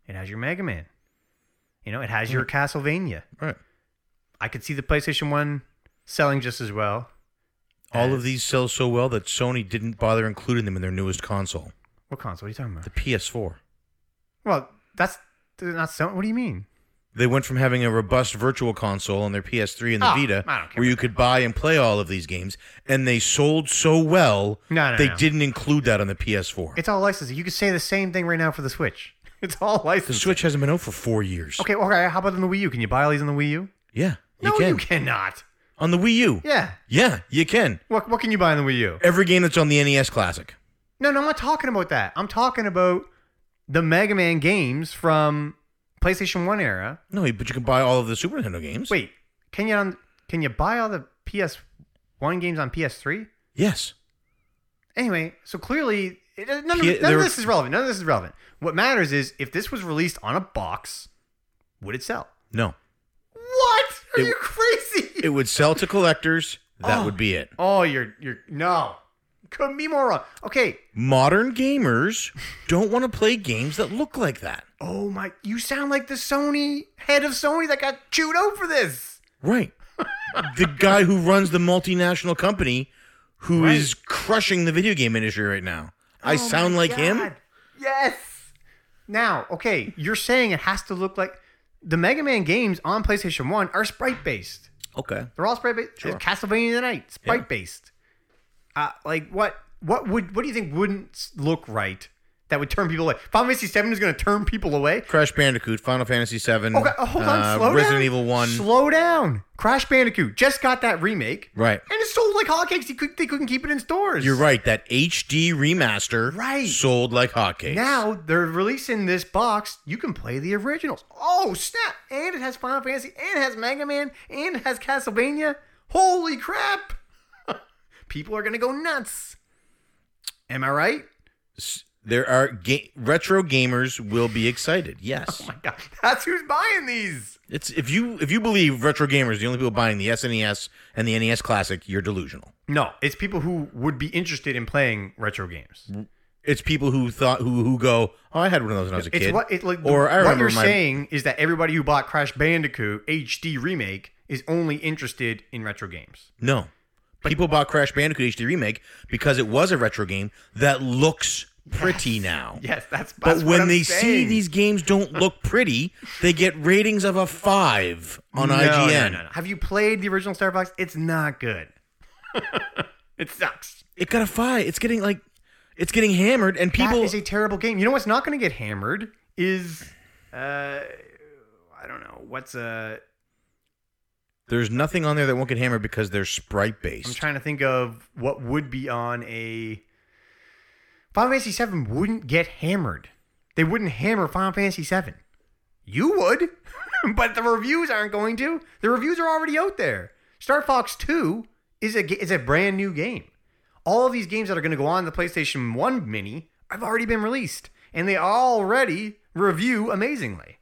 Speaker 3: It has your Mega Man. You know, it has your Castlevania.
Speaker 2: Right.
Speaker 3: I could see the PlayStation One selling just as well.
Speaker 2: All of these sell so well that Sony didn't bother including them in their newest console,
Speaker 3: What console? What are you talking about?
Speaker 2: the PS4.
Speaker 3: Well, that's they're not selling. What do you mean?
Speaker 2: They went from having a robust virtual console on their PS3 and the
Speaker 3: Oh,
Speaker 2: Vita,
Speaker 3: I don't care
Speaker 2: where you could buy and play all of these games, and they sold so well,
Speaker 3: No, no,
Speaker 2: they
Speaker 3: no.
Speaker 2: didn't include that on the PS4.
Speaker 3: It's all licensing. You could say the same thing right now for the Switch. It's all
Speaker 2: the
Speaker 3: licensing.
Speaker 2: Switch hasn't been out for four years.
Speaker 3: Okay, okay. How about on the Wii U? Can you buy all these on the Wii U?
Speaker 2: Yeah, you
Speaker 3: no,
Speaker 2: can.
Speaker 3: you cannot.
Speaker 2: On the Wii U.
Speaker 3: Yeah.
Speaker 2: Yeah, you can.
Speaker 3: What What can you buy on the Wii U?
Speaker 2: Every game that's on the NES Classic.
Speaker 3: No, no, I'm not talking about that. I'm talking about the Mega Man games from PlayStation One era.
Speaker 2: No, but you can buy all of the Super Nintendo games.
Speaker 3: Wait, can you on, can you buy all the PS One games on PS Three?
Speaker 2: Yes.
Speaker 3: Anyway, so clearly, it, none, of,
Speaker 2: P-
Speaker 3: none
Speaker 2: there-
Speaker 3: of this is relevant. None of this is relevant. What matters is if this was released on a box, would it sell?
Speaker 2: No.
Speaker 3: What? Are
Speaker 2: It-
Speaker 3: you crazy?
Speaker 2: It would sell to collectors. That
Speaker 3: Oh.
Speaker 2: would be it.
Speaker 3: oh, you're you're no. Couldn't be more wrong. Okay.
Speaker 2: Modern gamers don't want to play games that look like that.
Speaker 3: Oh my! You sound like the Sony head of Sony that got chewed out for this.
Speaker 2: Right. the guy who runs the multinational company who is
Speaker 3: Right.
Speaker 2: crushing the video game industry right now. I
Speaker 3: Oh my
Speaker 2: sound like him?
Speaker 3: God. Yes. Now, okay, you're saying it has to look like the Mega Man games on PlayStation 1 are sprite based.
Speaker 2: Okay.
Speaker 3: They're all sprite based.
Speaker 2: Sure.
Speaker 3: Castlevania of the Night, sprite based. Uh, like what what would what do you think wouldn't s- look right that would turn people away? Final Fantasy 7 is going to turn people away.
Speaker 2: Crash Bandicoot, Final Fantasy VII,
Speaker 3: Okay, oh, hold on,
Speaker 2: uh,
Speaker 3: slow
Speaker 2: Resident
Speaker 3: down.
Speaker 2: Evil 1.
Speaker 3: Slow down. Crash Bandicoot just got that remake.
Speaker 2: Right.
Speaker 3: And it sold like hotcakes. They, could, they couldn't keep it in stores.
Speaker 2: You're right. That HD remaster
Speaker 3: Right.
Speaker 2: sold like hotcakes.
Speaker 3: Now they're releasing this box. You can play the originals. Oh snap! And it has Final Fantasy, and it has Mega Man, and it has Castlevania. Holy crap! People are gonna go nuts. Am I right?
Speaker 2: there are ga- retro gamers will be excited. Yes,
Speaker 3: Oh my god, that's who's buying these.
Speaker 2: it's if you if you believe retro gamers the only people buying the SNES and the NES Classic, you're delusional.
Speaker 3: No, it's people who would be interested in playing retro games.
Speaker 2: It's people who thought who who go, oh, I had one of those when I was a
Speaker 3: It's
Speaker 2: kid.
Speaker 3: what it like.
Speaker 2: Or I
Speaker 3: what
Speaker 2: remember
Speaker 3: you're
Speaker 2: my-
Speaker 3: saying is that everybody who bought Crash Bandicoot HD remake is only interested in retro games.
Speaker 2: No, people bought Crash Bandicoot HD remake because it was a retro game that looks pretty now.
Speaker 3: Yes, that's.
Speaker 2: But
Speaker 3: that's what
Speaker 2: when
Speaker 3: I'm
Speaker 2: they see
Speaker 3: saying.
Speaker 2: these games don't look pretty, they get ratings of a five on
Speaker 3: No,
Speaker 2: IGN.
Speaker 3: no, no, no. Have you played the original Star Fox? It's not good. it sucks.
Speaker 2: It got a five. It's getting like, it's getting hammered, and
Speaker 3: People,
Speaker 2: people
Speaker 3: that is a terrible game. You know what's not going to get hammered is, uh, I don't know what's uh.
Speaker 2: There's nothing on there that won't get hammered because they're sprite
Speaker 3: I'm
Speaker 2: based.
Speaker 3: trying to think of what would be on a. Final Fantasy VII wouldn't get hammered. They wouldn't hammer Final Fantasy VII. You would, but the reviews aren't going to. The reviews are already out there. Star Fox Two is a ge- is a brand new game. All of these games that are going to go on the PlayStation One Mini have already been released, and they already review amazingly.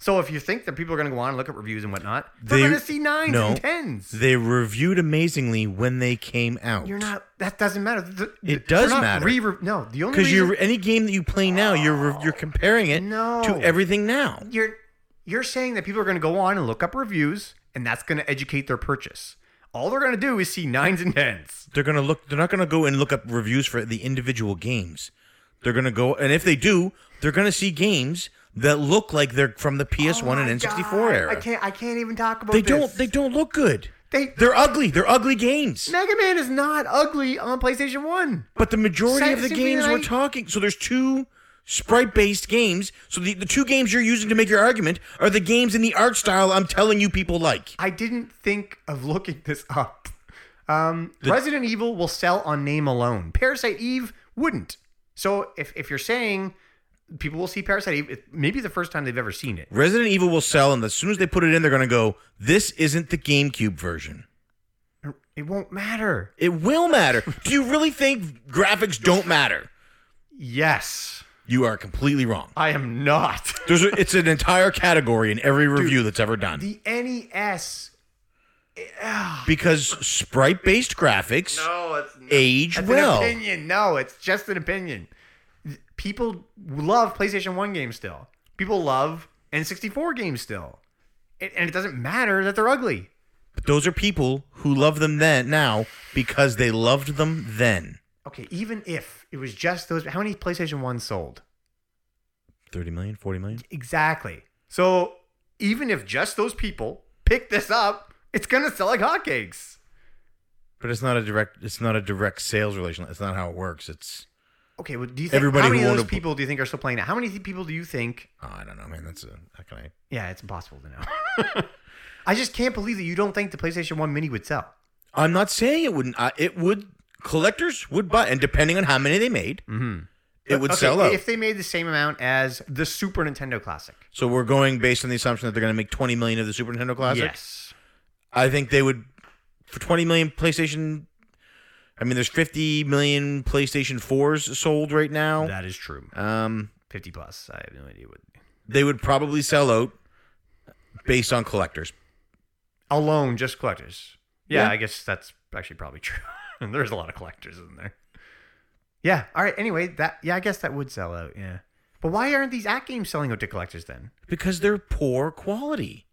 Speaker 3: So if you think that people are going to go on and look at reviews and whatnot, they're
Speaker 2: They-
Speaker 3: going to see nines
Speaker 2: no.
Speaker 3: and tens.
Speaker 2: they reviewed amazingly when they came out.
Speaker 3: You're not. That doesn't matter. The-
Speaker 2: It
Speaker 3: they're
Speaker 2: does
Speaker 3: not
Speaker 2: matter.
Speaker 3: Re- no, the only
Speaker 2: because
Speaker 3: reason
Speaker 2: you're any game that you play now, you're re- you're comparing it
Speaker 3: No.
Speaker 2: to everything now.
Speaker 3: you're you're saying that people are going to go on and look up reviews, and that's going to educate their purchase. All they're going to do is see nines and tens.
Speaker 2: They're gonna look. They're not gonna go and look up reviews for the individual games. They're gonna go, and if they do, they're gonna see games that look like they're from the PS1 and N64 era.
Speaker 3: Oh I can't. I can't even talk about.
Speaker 2: they
Speaker 3: this.
Speaker 2: don't. They don't look good.
Speaker 3: They.
Speaker 2: They're ugly. They're ugly games.
Speaker 3: Mega Man is not ugly on PlayStation One.
Speaker 2: But the majority of the
Speaker 3: Sensibly,
Speaker 2: games we're
Speaker 3: I-
Speaker 2: talking, so there's two sprite-based games. So the, the two games you're using to make your argument are the games in the art style I'm telling you people like.
Speaker 3: I didn't think of looking this up. Um, Resident Evil will sell on name alone. Parasite Eve wouldn't. So if if you're saying people will see Parasite Eve, it may be the first time they've ever seen it.
Speaker 2: Resident Evil will sell, and as soon as they put it in, they're gonna go, "This isn't the GameCube version."
Speaker 3: It won't matter.
Speaker 2: It will matter. Do you really think graphics don't matter?
Speaker 3: Yes,
Speaker 2: You are completely wrong.
Speaker 3: I am not.
Speaker 2: There's a, it's an entire category in every review that's ever done
Speaker 3: The E NES.
Speaker 2: because sprite-based graphics
Speaker 3: No, it's not.
Speaker 2: age
Speaker 3: That's
Speaker 2: well.
Speaker 3: an opinion. No, it's just an opinion. People love PlayStation 1 games still. People love N64 games still. It, and it doesn't matter that they're ugly.
Speaker 2: But those are people who love them then now because they loved them then.
Speaker 3: Okay, even if it was just those, how many PlayStation 1s sold?
Speaker 2: 30 million, 40 million?
Speaker 3: Exactly. So even if just those people pick this up, it's gonna sell like hotcakes.
Speaker 2: But it's not a direct it's not a direct sales relation. It's not how it works. It's
Speaker 3: Okay, well, do you think
Speaker 2: Everybody
Speaker 3: how many
Speaker 2: who
Speaker 3: of
Speaker 2: owned
Speaker 3: those
Speaker 2: a-
Speaker 3: people do you think are still playing it? How many th- people do you think?
Speaker 2: oh, I don't know, man. That's a how can I
Speaker 3: Yeah, it's impossible to know. I just can't believe that you don't think the PlayStation One Mini would sell.
Speaker 2: I'm not saying it wouldn't. I, it would. Collectors would buy, and depending on how many they made,
Speaker 3: Mm-hmm.
Speaker 2: it would sell out.
Speaker 3: if they made the same amount as the Super Nintendo Classic.
Speaker 2: so we're going based on the assumption that they're going to make 20 million of the Super Nintendo Classic.
Speaker 3: Yes.
Speaker 2: I think they would for 20 million PlayStation. I mean, there's 50 million PlayStation fours sold right now.
Speaker 3: That is true.
Speaker 2: Um,
Speaker 3: Fifty plus. I have no idea what.
Speaker 2: they would probably sell out based on collectors.
Speaker 3: Alone, just collectors. Yeah,
Speaker 2: Yeah.
Speaker 3: I guess that's actually probably true. There's a lot of collectors in there. Yeah. All right. Anyway, that yeah, I guess that would sell out. Yeah. But why aren't these at games selling out to collectors then?
Speaker 2: because they're poor quality.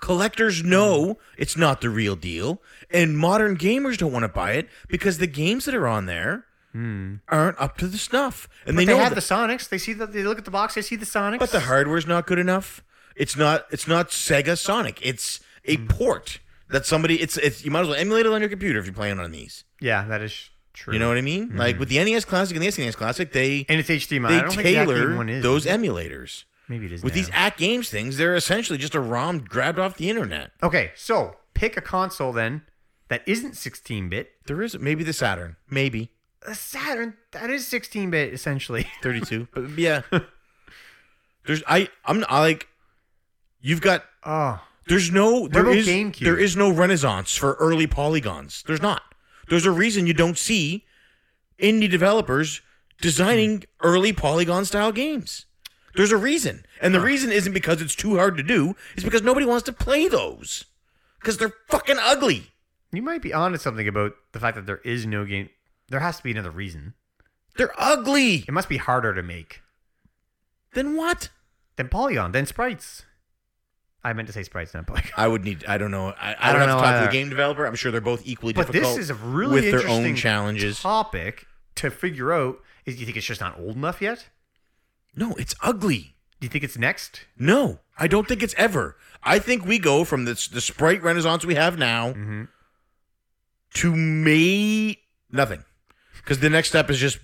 Speaker 2: Collectors know it's not the real deal, and modern gamers don't want to buy it because the games that are on there aren't up to the snuff. And
Speaker 3: But
Speaker 2: they
Speaker 3: they,
Speaker 2: know
Speaker 3: have
Speaker 2: that-
Speaker 3: the Sonics. They see the, they look at the box. They see the Sonics.
Speaker 2: but the hardware's not good enough. It's not it's not Sega Sonic. It's a
Speaker 3: Mm.
Speaker 2: port that somebody it's it's you might as well emulate it on your computer if you're playing on these.
Speaker 3: Yeah, that is true. Mm.
Speaker 2: You know what I mean? Like with the NES Classic and the SNES Classic, they
Speaker 3: and it's HDMI. I
Speaker 2: they
Speaker 3: don't think the exact
Speaker 2: tailor
Speaker 3: one is.
Speaker 2: those emulators.
Speaker 3: maybe it is
Speaker 2: With
Speaker 3: now.
Speaker 2: these at games things, they're essentially just a ROM grabbed off the internet.
Speaker 3: Okay, so pick a console then that isn't 16 bit.
Speaker 2: There is maybe the Saturn, maybe
Speaker 3: A Saturn that is 16 bit essentially.
Speaker 2: 32. but yeah, there's I I'm I like you've got
Speaker 3: Oh,
Speaker 2: there's no there
Speaker 3: about
Speaker 2: is
Speaker 3: GameCube?
Speaker 2: there is no renaissance for early polygons. There's not. There's a reason you don't see indie developers designing early polygon style games. There's a reason, and the reason isn't because it's too hard to do. It's because nobody wants to play those because they're fucking ugly.
Speaker 3: you might be onto something about the fact that there is no game. There has to be another reason.
Speaker 2: They're ugly.
Speaker 3: It must be harder to make
Speaker 2: Then what?
Speaker 3: than Polygon, than sprites. I meant to say sprites, not Polygon.
Speaker 2: I would need. I don't know. I, I,
Speaker 3: I
Speaker 2: don't, have to
Speaker 3: don't know
Speaker 2: talk to
Speaker 3: either.
Speaker 2: the game developer. I'm sure they're both equally
Speaker 3: But
Speaker 2: difficult.
Speaker 3: this is a really
Speaker 2: with their
Speaker 3: interesting
Speaker 2: own challenges.
Speaker 3: topic to figure out. Is do you think it's just not old enough yet?
Speaker 2: no, it's ugly.
Speaker 3: Do you think it's next?
Speaker 2: No, I don't think it's ever. I think we go from this the sprite renaissance we have now
Speaker 3: Mm-hmm.
Speaker 2: to may nothing, because the next step is just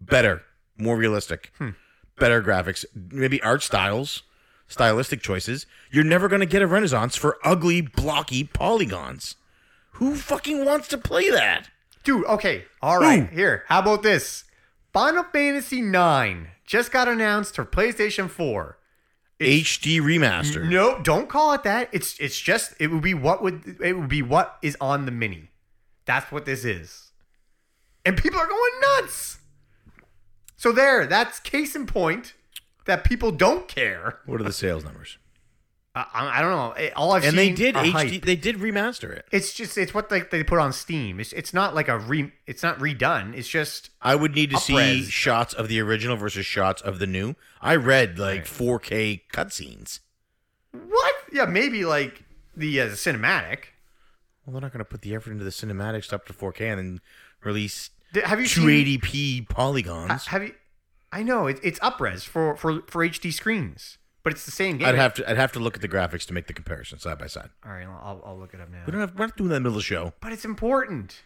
Speaker 2: better, more realistic,
Speaker 3: Hmm.
Speaker 2: better graphics, maybe art styles, stylistic choices. You're never going to get a renaissance for ugly, blocky polygons. Who fucking wants to play that?
Speaker 3: Dude, okay. All right.
Speaker 2: Ooh.
Speaker 3: Here, how about this? Final Fantasy IX just got announced for PlayStation 4.
Speaker 2: HD remaster.
Speaker 3: No, don't call it that. It's it's just it would be what would it would be what is on the mini. That's what this is. And people are going nuts. So there, that's case in point that people don't care.
Speaker 2: What are the sales numbers?
Speaker 3: I, I I don't know. Eh, All I've
Speaker 2: and
Speaker 3: seen
Speaker 2: they did
Speaker 3: are
Speaker 2: HD.
Speaker 3: hype.
Speaker 2: They did remaster it.
Speaker 3: It's just it's what they, they put on Steam. It's it's not like a re. It's not redone. It's just
Speaker 2: I would need to see
Speaker 3: Up-res.
Speaker 2: shots of the original versus shots of the new. I read like 4K cutscenes.
Speaker 3: What? Yeah, maybe like the uh, cinematic.
Speaker 2: Well, they're not going to put the effort into the cinematics up to 4K and then release
Speaker 3: Did, have you seen?
Speaker 2: 280p
Speaker 3: ha-
Speaker 2: polygons.
Speaker 3: Have you? I know it, it's upres for for for HD screens, but it's the same game.
Speaker 2: I'd have to. I'd have to look at the graphics to make the comparison side by side.
Speaker 3: All right, I'll, I'll look it up now.
Speaker 2: We don't have. We're not doing that in the middle of the show.
Speaker 3: but it's important.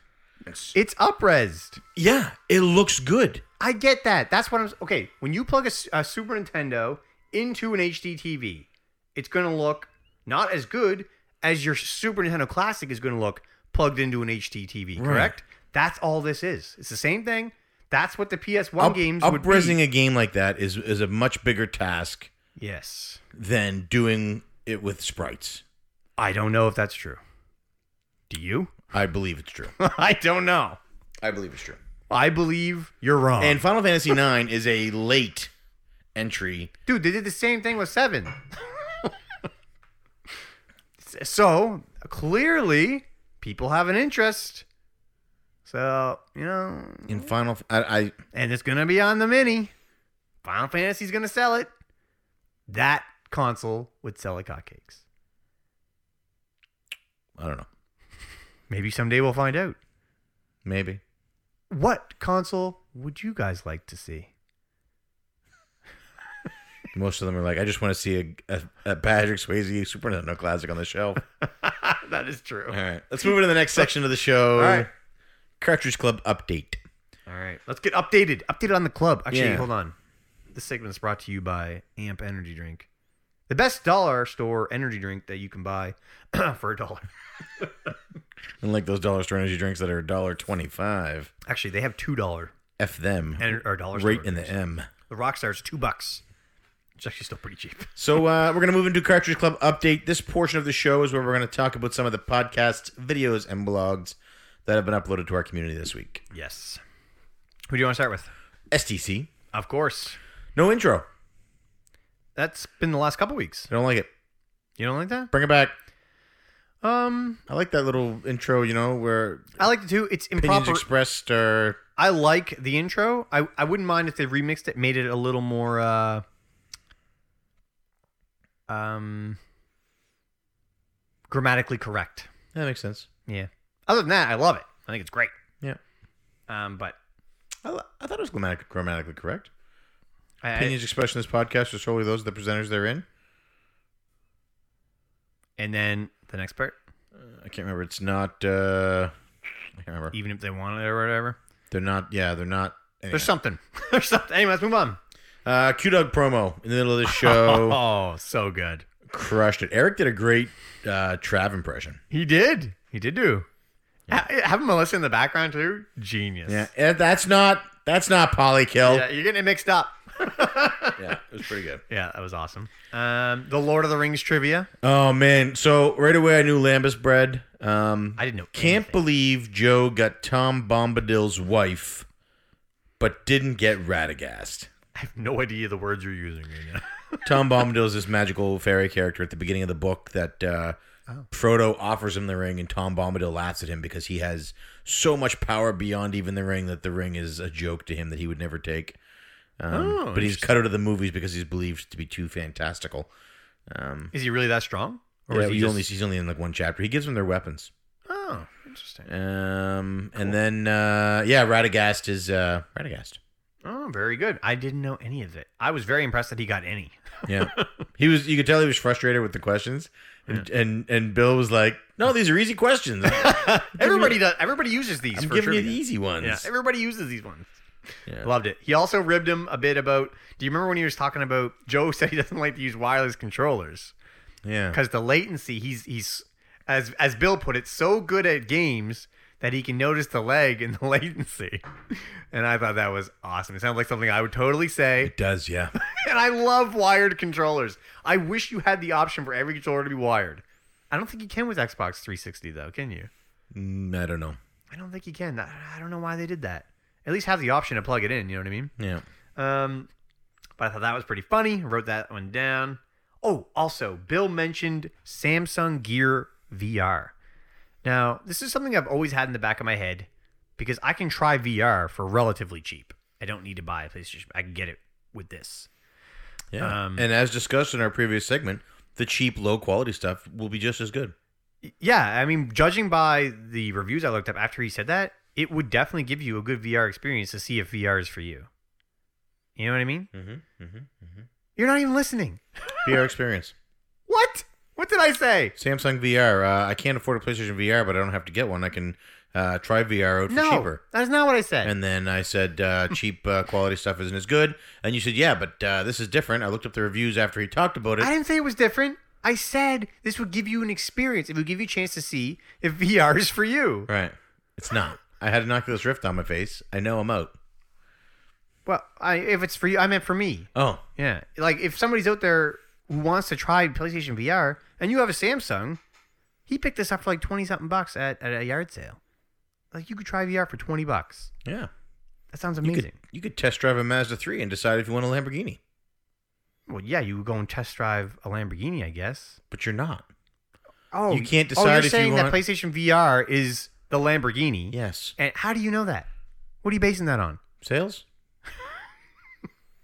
Speaker 3: It's upresed.
Speaker 2: Yeah, it looks good.
Speaker 3: I get that. That's what I'm. s- Okay, when you plug a, s- a Super Nintendo into an HD TV, it's gonna look not as good as your Super Nintendo Classic is gonna look plugged into an HD TV.
Speaker 2: Right.
Speaker 3: Correct. That's all this is. It's the same thing. That's what the PS1
Speaker 2: Up,
Speaker 3: games would be.
Speaker 2: upresing a game like that is is a much bigger task
Speaker 3: Yes.
Speaker 2: than doing it with sprites.
Speaker 3: I don't know if that's true. Do you?
Speaker 2: I believe it's true.
Speaker 3: I don't know.
Speaker 2: I believe it's true.
Speaker 3: I believe you're wrong.
Speaker 2: And Final Fantasy IX is a late entry.
Speaker 3: dude, they did the same thing with seven. so clearly, people have an interest. So you know,
Speaker 2: In Final, I, I
Speaker 3: and it's gonna be on the mini. Final Fantasy's gonna sell it. That console would sell like hotcakes.
Speaker 2: I don't know.
Speaker 3: Maybe someday we'll find out.
Speaker 2: Maybe.
Speaker 3: What console would you guys like to see?
Speaker 2: Most of them are like, I just want to see a, a, a Patrick Swayze Super Nintendo Classic on the shelf.
Speaker 3: that is true.
Speaker 2: All right. Let's move into the next section of the show.
Speaker 3: All right.
Speaker 2: Cartridge Club update.
Speaker 3: All right. Let's get updated. Updated on the club. Actually,
Speaker 2: Yeah.
Speaker 3: hold on. This segment is brought to you by Amp Energy Drink. The best dollar store energy drink that you can buy for a dollar.
Speaker 2: Unlike those dollar store energy drinks that are $1.25.
Speaker 3: Actually, they have two dollar
Speaker 2: F them.
Speaker 3: and or dollar store
Speaker 2: Right in the
Speaker 3: drinks.
Speaker 2: M.
Speaker 3: The Rockstar's two bucks. It's actually still pretty cheap.
Speaker 2: So uh, we're going to move into Cartridge Club update. This portion of the show is where we're going to talk about some of the podcasts, videos, and blogs that have been uploaded to our community this week.
Speaker 3: Yes. Who do you want to start with?
Speaker 2: STC.
Speaker 3: Of course.
Speaker 2: No intro.
Speaker 3: That's been the last couple weeks.
Speaker 2: I don't like it.
Speaker 3: You don't like that?
Speaker 2: Bring it back.
Speaker 3: Um,
Speaker 2: I like that little intro, you know, where
Speaker 3: I like the two. It's
Speaker 2: opinions
Speaker 3: improper.
Speaker 2: expressed are
Speaker 3: I like the intro. I, I wouldn't mind if they remixed it, made it a little more uh um grammatically correct.
Speaker 2: that makes sense.
Speaker 3: Yeah. Other than that, I love it. I think it's great.
Speaker 2: Yeah.
Speaker 3: Um, but
Speaker 2: I, li- I thought it was grammatic- grammatically correct.
Speaker 3: I, I,
Speaker 2: Opinions expressed in this podcast are solely those of the presenters therein.
Speaker 3: and then the next part,
Speaker 2: I can't remember. It's not. uh I can't remember.
Speaker 3: even if they want it or whatever,
Speaker 2: They're not. Yeah, they're not. Anyway.
Speaker 3: there's something. there's something. Anyway, let's move on.
Speaker 2: Uh, Q Dog promo in the middle of the show
Speaker 3: Oh, so good.
Speaker 2: crushed it. Eric did a great uh Trav impression.
Speaker 3: He did. He did do. Ha- eh, Having Melissa in the background too, genius.
Speaker 2: Yeah, eh, that's not that's not polykill.
Speaker 3: Yeah, you're getting it mixed up.
Speaker 2: yeah, it was pretty good.
Speaker 3: Yeah, that was awesome. Um, the Lord of the Rings trivia.
Speaker 2: Oh man! So right away I knew Lambus bread. Um,
Speaker 3: I didn't know.
Speaker 2: Can't believe Joe got Tom Bombadil's wife, but didn't get Radagast.
Speaker 3: I have no idea the words you're using right now.
Speaker 2: Tom Bombadil is this magical fairy character at the beginning of the book that uh,
Speaker 3: Oh.
Speaker 2: Frodo offers him the ring, and Tom Bombadil laughs at him because he has so much power beyond even the ring that the ring is a joke to him that he would never take. Um,
Speaker 3: Oh,
Speaker 2: but he's cut out of the movies because he's believed to be too fantastical. Um,
Speaker 3: Is he really that strong?
Speaker 2: or
Speaker 3: is
Speaker 2: he's,
Speaker 3: he just-
Speaker 2: only, he's only in like one chapter. He gives them their weapons.
Speaker 3: Oh, interesting.
Speaker 2: Um, And then, uh, yeah, Radagast is uh, Radagast.
Speaker 3: Oh, very good. I didn't know any of it. I was very impressed that he got any.
Speaker 2: Yeah, he was. You could tell he was frustrated with the questions, and and, and Bill was like, "No, these are easy questions. I'm
Speaker 3: Everybody does. Everybody uses these. for
Speaker 2: giving you
Speaker 3: trivia.
Speaker 2: the easy ones."
Speaker 3: Yeah, everybody uses these ones.
Speaker 2: Yeah.
Speaker 3: Loved it. He also ribbed him a bit about. Do you remember when he was talking about Joe said he doesn't like to use wireless controllers
Speaker 2: yeah.
Speaker 3: because the latency. He's he's as as Bill put it, so good at games that he can notice the lag and the latency. And I thought that was awesome. It sounds like something I would totally say.
Speaker 2: It does, yeah.
Speaker 3: And I love wired controllers. I wish you had the option for every controller to be wired. I don't think you can with Xbox 360 though, can you?
Speaker 2: Mm, I don't know.
Speaker 3: I don't think you can. I I don't know why they did that. At least have the option to plug it in. You know what I mean?
Speaker 2: Yeah.
Speaker 3: Um, but I thought that was pretty funny. Wrote that one down. Oh, also, Bill mentioned Samsung Gear VR. Now, this is something I've always had in the back of my head because I can try VR for relatively cheap. I don't need to buy a PlayStation. I can get it with this.
Speaker 2: Yeah.
Speaker 3: Um,
Speaker 2: and as discussed in our previous segment, the cheap, low quality stuff will be just as good.
Speaker 3: Y- Yeah, I mean, judging by the reviews I looked up after he said that, it would definitely give you a good VR experience to see if VR is for you. You know what I mean?
Speaker 2: Mm-hmm. Mm-hmm.
Speaker 3: You're not even listening.
Speaker 2: VR experience.
Speaker 3: What? What did I say?
Speaker 2: Samsung VR. Uh, I can't afford a PlayStation VR, but I don't have to get one. I can uh, try VR out for
Speaker 3: no,
Speaker 2: cheaper.
Speaker 3: that is not what I said.
Speaker 2: And then I said, uh, cheap uh, quality stuff isn't as good. And you said, yeah, but uh, this is different. I looked up the reviews after he talked about it.
Speaker 3: I didn't say it was different. I said this would give you an experience. It would give you a chance to see if VR is for you.
Speaker 2: right. It's not. I had an Oculus Rift on my face. I know I'm out.
Speaker 3: Well, I, if it's for you, I meant for me.
Speaker 2: Oh,
Speaker 3: Yeah. Like if somebody's out there who wants to try PlayStation VR and you have a Samsung, he picked this up for like 20 something bucks at, at a yard sale. Like you could try VR for 20 bucks.
Speaker 2: yeah.
Speaker 3: That sounds
Speaker 2: You
Speaker 3: amazing.
Speaker 2: could, you could test drive a Mazda 3 and decide if you want a Lamborghini,
Speaker 3: Well, yeah, you would go and test drive a Lamborghini, I guess.
Speaker 2: but you're not.
Speaker 3: Oh,
Speaker 2: You can't
Speaker 3: Oh,
Speaker 2: decide
Speaker 3: you're
Speaker 2: if you
Speaker 3: saying that
Speaker 2: want-
Speaker 3: PlayStation VR is the Lamborghini.
Speaker 2: Yes.
Speaker 3: And how do you know that? What are you basing that on?
Speaker 2: Sales?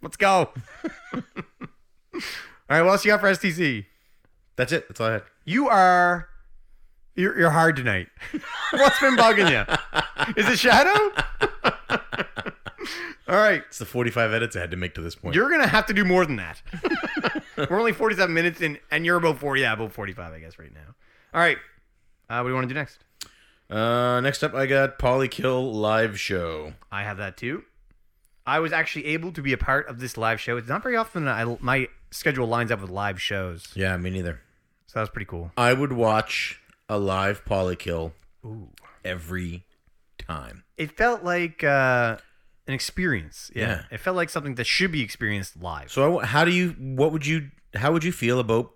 Speaker 3: Let's go. All right, what else you got for STC?
Speaker 2: That's it. That's all I had.
Speaker 3: You are You're, you're hard tonight. What's been bugging you? Is it Shadow? All right.
Speaker 2: It's the 45 edits I had to make to this point.
Speaker 3: You're gonna have to do more than that. We're only 47 minutes in, and you're about 40, yeah, about 45, I guess, right now. All right, uh, what do you want to do next?
Speaker 2: uh, next up, I got Polykill live show.
Speaker 3: I have that too. I was actually able to be a part of this live show. It's not very often that I my schedule lines up with live shows,
Speaker 2: Yeah, me neither.
Speaker 3: so that was pretty cool.
Speaker 2: I would watch a live Polykill
Speaker 3: Ooh,
Speaker 2: every time.
Speaker 3: it felt like uh, an experience. Yeah.
Speaker 2: Yeah.
Speaker 3: it felt like something that should be experienced live.
Speaker 2: So, I w- how do you? What would you? How would you feel about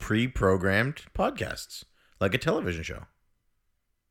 Speaker 2: pre-programmed podcasts like a television show?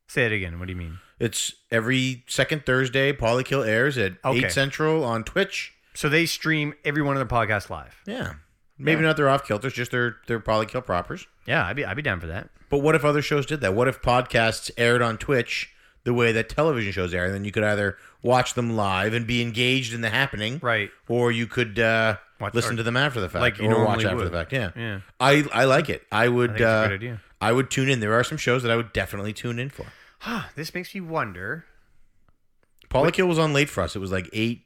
Speaker 3: Say it again. What do you mean?
Speaker 2: It's every second Thursday. Polykill airs at
Speaker 3: Okay.
Speaker 2: eight central on Twitch.
Speaker 3: So they stream every one of their podcasts live.
Speaker 2: Yeah, maybe not their off kilters, just their their Polykill propers.
Speaker 3: Yeah, I'd be I'd be down for that.
Speaker 2: But what if other shows did that? What if podcasts aired on Twitch the way that television shows air? And then you could either watch them live and be engaged in the happening,
Speaker 3: Right.
Speaker 2: or you could uh,
Speaker 3: Watch-
Speaker 2: listen
Speaker 3: or-
Speaker 2: to them after the fact,
Speaker 3: like you
Speaker 2: or watch
Speaker 3: normally
Speaker 2: after
Speaker 3: would.
Speaker 2: the fact. Yeah,
Speaker 3: Yeah.
Speaker 2: I I like it. I would.
Speaker 3: I think it's a
Speaker 2: uh,
Speaker 3: good idea.
Speaker 2: I would tune in. There are some shows that I would definitely tune in for.
Speaker 3: this makes me wonder.
Speaker 2: Polykill was on late for us. It was like eight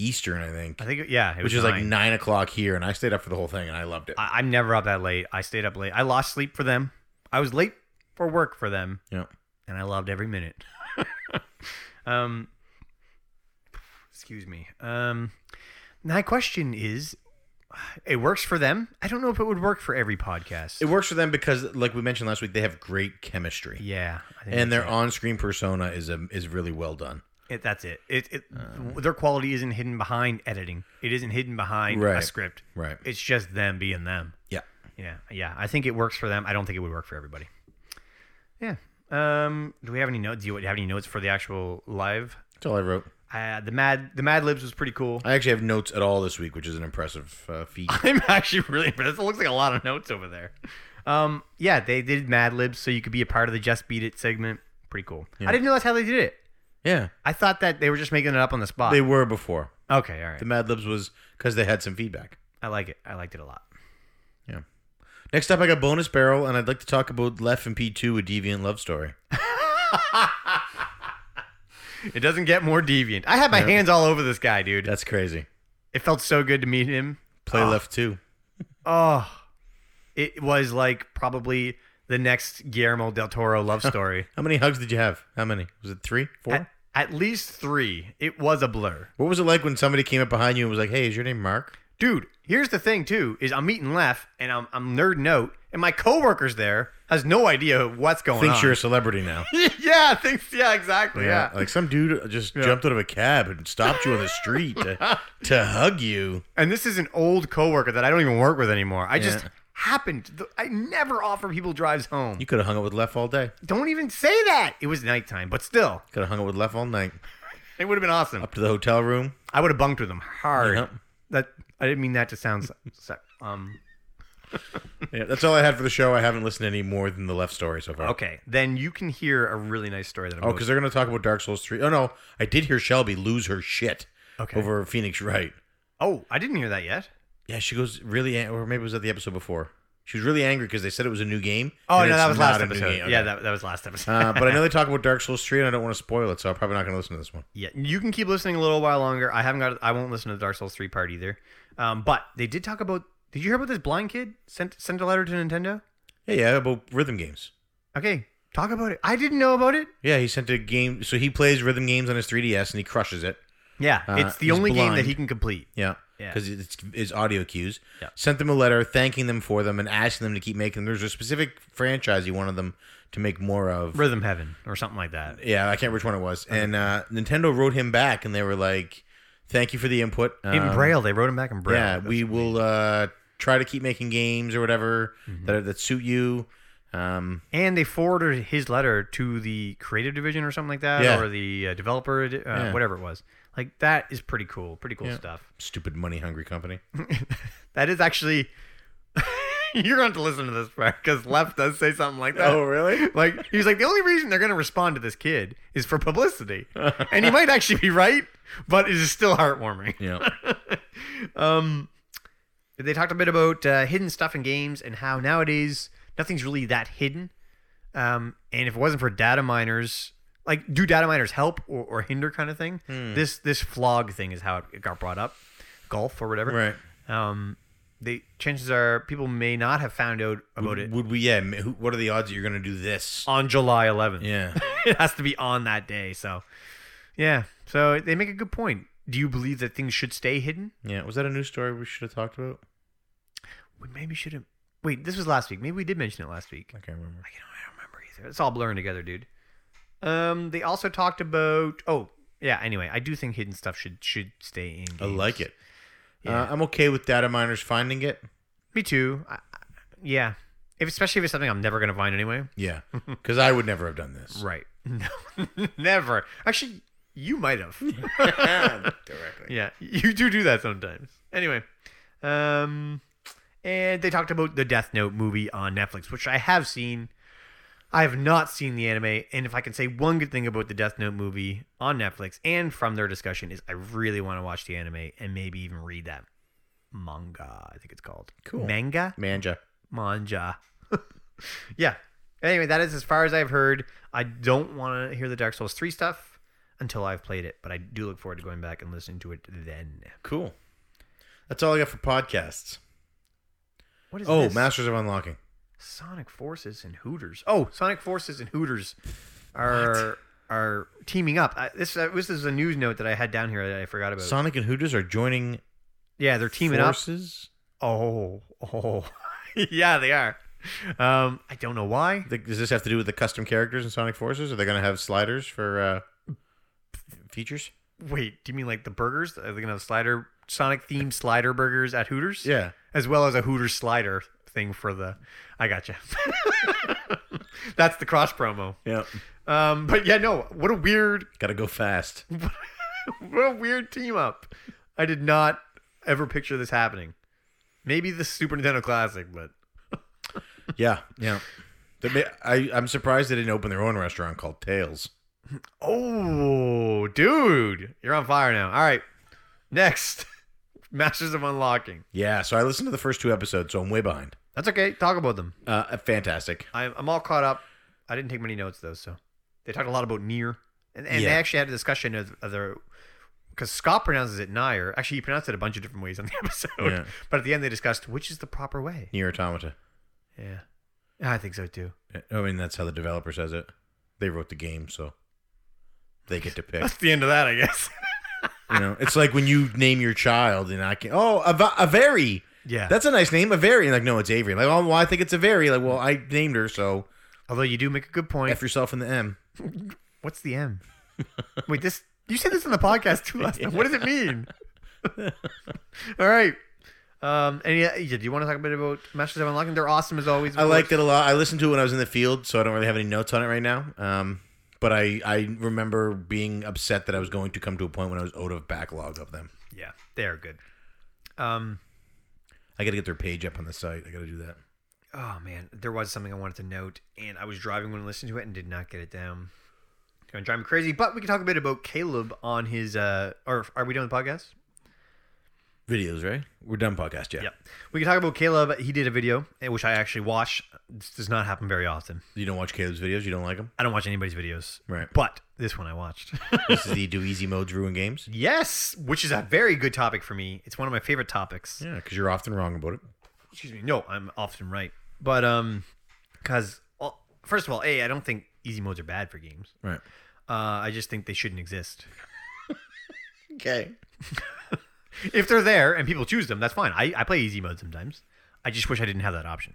Speaker 2: Eastern, I think,
Speaker 3: I think yeah, it
Speaker 2: which is
Speaker 3: was
Speaker 2: like
Speaker 3: nine.
Speaker 2: nine o'clock here, and I stayed up for the whole thing, and I loved it.
Speaker 3: I, I'm never up that late. I stayed up late. I lost sleep for them. I was late for work for them,
Speaker 2: yeah.
Speaker 3: and I loved every minute. um, excuse me. Um, my question is, it works for them. I don't know if it would work for every podcast.
Speaker 2: It works for them because, like we mentioned last week, they have great chemistry.
Speaker 3: yeah, I think
Speaker 2: and
Speaker 3: that's
Speaker 2: their on-screen persona is a, is really well done.
Speaker 3: it. It- that's it. It, it their quality isn't hidden behind editing. It isn't hidden behind a
Speaker 2: Right.
Speaker 3: script.
Speaker 2: Right.
Speaker 3: It's just them being them.
Speaker 2: Yeah.
Speaker 3: Yeah, yeah. I think it works for them. I don't think it would work for everybody. Yeah. Um, do we have any notes? Do you have any notes for the actual live?
Speaker 2: That's all I wrote.
Speaker 3: Uh, the Mad the Mad Libs was pretty cool.
Speaker 2: I actually have notes at all this week, which is an impressive uh, feat.
Speaker 3: I'm actually really impressed. It looks like a lot of notes over there. Um, yeah, they did Mad Libs, so you could be a part of the Just Beat It segment. Pretty cool. I didn't know that's how they did it.
Speaker 2: yeah,
Speaker 3: I thought that they were just making it up on the spot.
Speaker 2: they were before.
Speaker 3: okay, all right.
Speaker 2: The Mad Libs was because they had some feedback.
Speaker 3: I like it. I liked it a lot.
Speaker 2: Next up, I got Bonus Barrel, and I'd like to talk about Left and P2, a deviant love story.
Speaker 3: It doesn't get more deviant. I had my hands all over this guy, dude.
Speaker 2: That's crazy.
Speaker 3: It felt so good to meet him.
Speaker 2: Play
Speaker 3: Oh.
Speaker 2: Left 2.
Speaker 3: Oh, it was like probably the next Guillermo del Toro love story.
Speaker 2: How many hugs did you have? How many? Was it three? Four?
Speaker 3: at, at least three. It was a blur.
Speaker 2: what was it like when somebody came up behind you and was like, hey, is your name Mark?
Speaker 3: Dude, here's the thing too, is I'm eating left and I'm I'm nerding out, and my coworker's there has no idea what's going
Speaker 2: Thinks
Speaker 3: on.
Speaker 2: you're a celebrity now.
Speaker 3: yeah, thinks yeah, exactly. Yeah.
Speaker 2: Like some dude just jumped out of a cab and stopped you on the street to, to hug you.
Speaker 3: And this is an old coworker that I don't even work with anymore. I just
Speaker 2: Yeah.
Speaker 3: happened. to- I never offer people drives home.
Speaker 2: You could have hung out with Left all day.
Speaker 3: don't even say that. It was nighttime, but still,
Speaker 2: Could have hung out with Left all night.
Speaker 3: it would have been awesome.
Speaker 2: Up to the hotel room.
Speaker 3: I would have bunked with him hard.
Speaker 2: Yep.
Speaker 3: That I didn't mean that to sound se- se- um
Speaker 2: Yeah, that's all I had for the show. I haven't listened to any more than the Left story so far.
Speaker 3: okay. Then you can hear a really nice story that I'm
Speaker 2: Oh, because they're going to talk about Dark Souls 3. Oh, no. I did hear Shelby lose her shit
Speaker 3: Okay.
Speaker 2: over Phoenix Wright.
Speaker 3: Oh, I didn't hear that yet.
Speaker 2: Yeah, she goes really, an- or maybe it was at the episode before. She was really angry because they said it was a new game.
Speaker 3: Oh
Speaker 2: and
Speaker 3: no,
Speaker 2: it's
Speaker 3: that was
Speaker 2: not
Speaker 3: last
Speaker 2: a new
Speaker 3: episode.
Speaker 2: game. Okay.
Speaker 3: Yeah, that, that was last episode.
Speaker 2: uh, but I know they talk about Dark Souls 3, and I don't want to spoil it, so I'm probably not going to listen to this one.
Speaker 3: yeah, you can keep listening a little while longer. I haven't got. I won't listen to the Dark Souls three part either. Um, but they did talk about. Did you hear about this blind kid sent sent a letter to Nintendo?
Speaker 2: Yeah, yeah, about rhythm games.
Speaker 3: Okay, talk about it. I didn't know about it.
Speaker 2: Yeah, he sent a game. So he plays rhythm games on his 3DS, and he crushes it.
Speaker 3: Yeah,
Speaker 2: Uh,
Speaker 3: it's the
Speaker 2: he's
Speaker 3: only game that
Speaker 2: blind.
Speaker 3: he can complete.
Speaker 2: Yeah.
Speaker 3: Yeah.
Speaker 2: Because it's, it's audio cues.
Speaker 3: Yeah.
Speaker 2: Sent them a letter thanking them for them and asking them to keep making them. There's a specific franchise he wanted them to make more of.
Speaker 3: Rhythm Heaven or something like that.
Speaker 2: Yeah, I can't remember which one it was. And uh, Nintendo wrote him back and they were like, thank you for the input.
Speaker 3: In
Speaker 2: Um,
Speaker 3: Braille, they wrote him back in Braille.
Speaker 2: Yeah, we will uh, try to keep making games or whatever
Speaker 3: Mm-hmm.
Speaker 2: that, that suit you. Um,
Speaker 3: and they forwarded his letter to the creative division or something like that,
Speaker 2: Yeah.
Speaker 3: or the uh, developer, uh,
Speaker 2: Yeah.
Speaker 3: whatever it was. Like that is pretty cool, pretty cool
Speaker 2: Yeah.
Speaker 3: stuff.
Speaker 2: stupid money hungry company.
Speaker 3: That is actually you're going to listen to this part because Left does say something like
Speaker 2: Oh.
Speaker 3: that.
Speaker 2: really?
Speaker 3: Like he's like the only reason they're going to respond to this kid is for publicity, and he might actually be right, but it is still heartwarming.
Speaker 2: Yeah.
Speaker 3: Um, they talked a bit about uh, hidden stuff in games and how nowadays nothing's really that hidden. Um, and if it wasn't for data miners, like do data miners help or, or hinder kind of thing? This this flog thing is how it got brought up, golf or whatever.
Speaker 2: Right.
Speaker 3: Um, the chances are people may not have found out about it
Speaker 2: Would we? Yeah. ma- who- What are the odds that you're going to do this?
Speaker 3: on July 11th.
Speaker 2: Yeah.
Speaker 3: it has to be on that day. So, yeah. So they make a good point. Do you believe that things should stay hidden?
Speaker 2: Yeah. Was that a news story we should have talked about?
Speaker 3: We maybe should have. Wait, this was last week. Maybe we did mention it last week.
Speaker 2: I can't remember.
Speaker 3: I don't, I don't remember either. It's all blurring together, dude. Um, they also talked about. Oh, yeah. Anyway, I do think hidden stuff should should stay in.
Speaker 2: I
Speaker 3: games.
Speaker 2: like it.
Speaker 3: Yeah.
Speaker 2: Uh, I'm okay with data miners finding it.
Speaker 3: Me too. I, I, yeah. If, especially if it's something I'm never gonna find anyway.
Speaker 2: Yeah. Because I would never have done this.
Speaker 3: Right. No, never. Actually, you might have.
Speaker 2: Directly.
Speaker 3: Yeah, you do do that sometimes. Anyway, um, and they talked about the Death Note movie on Netflix, which I have seen. I have not seen the anime, and if I can say one good thing about the Death Note movie on Netflix and from their discussion is, I really want to watch the anime and maybe even read that manga. I think it's called
Speaker 2: Cool.
Speaker 3: manga
Speaker 2: Manja.
Speaker 3: manja. yeah. Anyway, that is as far as I've heard. I don't want to hear the Dark Souls 3 stuff until I've played it, but I do look forward to going back and listening to it then.
Speaker 2: Cool. That's all I got for podcasts.
Speaker 3: What is
Speaker 2: Oh,
Speaker 3: this?
Speaker 2: Masters of Unlocking.
Speaker 3: Sonic Forces and Hooters. Oh, Sonic Forces and Hooters are are teaming up. I, this uh, this is a news note that I had down here that I forgot about.
Speaker 2: Sonic and Hooters are joining
Speaker 3: yeah, they're teaming up.
Speaker 2: forces.
Speaker 3: Oh, oh, yeah, they are. Um, I don't know why.
Speaker 2: Th- Does this have to do with the custom characters in Sonic Forces? Are they going to have sliders for uh, features?
Speaker 3: Wait, do you mean like the burgers? Are they gonna have slider Sonic themed slider burgers at Hooters?
Speaker 2: Yeah.
Speaker 3: as well as a Hooters slider thing for the. I gotcha. That's the cross promo.
Speaker 2: Yeah.
Speaker 3: Um, but yeah, no, what a weird,
Speaker 2: Got to go fast.
Speaker 3: what a weird team up. I did not ever picture this happening. Maybe the Super Nintendo Classic, but
Speaker 2: Yeah. Yeah. They may- I, I'm surprised they didn't open their own restaurant called Tails.
Speaker 3: oh, dude, you're on fire now. All right, next, Masters of Unlocking.
Speaker 2: Yeah. So I listened to the first two episodes, so I'm way behind.
Speaker 3: That's okay. Talk about them.
Speaker 2: Uh, fantastic.
Speaker 3: I'm, I'm all caught up. I didn't take many notes though, so they talked a lot about near, and, and
Speaker 2: Yeah.
Speaker 3: they actually had a discussion of, of their because Scott pronounces it Nier. Actually, he pronounced it a bunch of different ways on the episode.
Speaker 2: Yeah.
Speaker 3: But at the end, they discussed which is the proper way.
Speaker 2: Near Automata.
Speaker 3: Yeah, I think so too.
Speaker 2: I mean, that's how the developer says it. They wrote the game, so they get to pick.
Speaker 3: That's the end of that, I guess.
Speaker 2: You know, it's like when you name your child, and I can oh Ava- Avery.
Speaker 3: yeah.
Speaker 2: That's a nice name, Avery. And like, no, it's Avery. Like, oh, well, I think it's Avery. Like, well, I named her, so
Speaker 3: Although you do make a good point.
Speaker 2: f yourself in the M.
Speaker 3: What's the M? Wait, this you said this in the podcast too last time. What does it mean? all right. Um, and yeah, yeah, do you want to talk a bit about Masters of Unlocking? They're awesome as always. of
Speaker 2: I liked
Speaker 3: course.
Speaker 2: it a lot. I listened to it when I was in the field, so I don't really have any notes on it right now. Um, but I I remember being upset that I was going to come to a point when I was out of backlog of them.
Speaker 3: Yeah, they are good. Um,
Speaker 2: I got to get their page up on the site. I got to do that.
Speaker 3: oh man, there was something I wanted to note, and I was driving when I listened to it and did not get it down. It's gonna drive me crazy. But we can talk a bit about Caleb on his. Uh, or are we doing the podcast?
Speaker 2: Videos, right? We're done podcast, yeah.
Speaker 3: We can talk about Caleb. He did a video, eh, which I actually watched. This does not happen very often.
Speaker 2: You don't watch Caleb's videos. You don't like them,
Speaker 3: I don't watch anybody's videos,
Speaker 2: right?
Speaker 3: but this one I watched.
Speaker 2: this is the do easy modes ruin games.
Speaker 3: yes, which is a very good topic for me. It's one of my favorite topics.
Speaker 2: Yeah, because you're often wrong about it.
Speaker 3: excuse me no i'm often right but um because well, first of all a i don't think easy modes are bad for games
Speaker 2: Right.
Speaker 3: uh i just think they shouldn't exist
Speaker 2: Okay.
Speaker 3: if they're there and people choose them that's fine i, I play easy mode sometimes i just wish i didn't have that option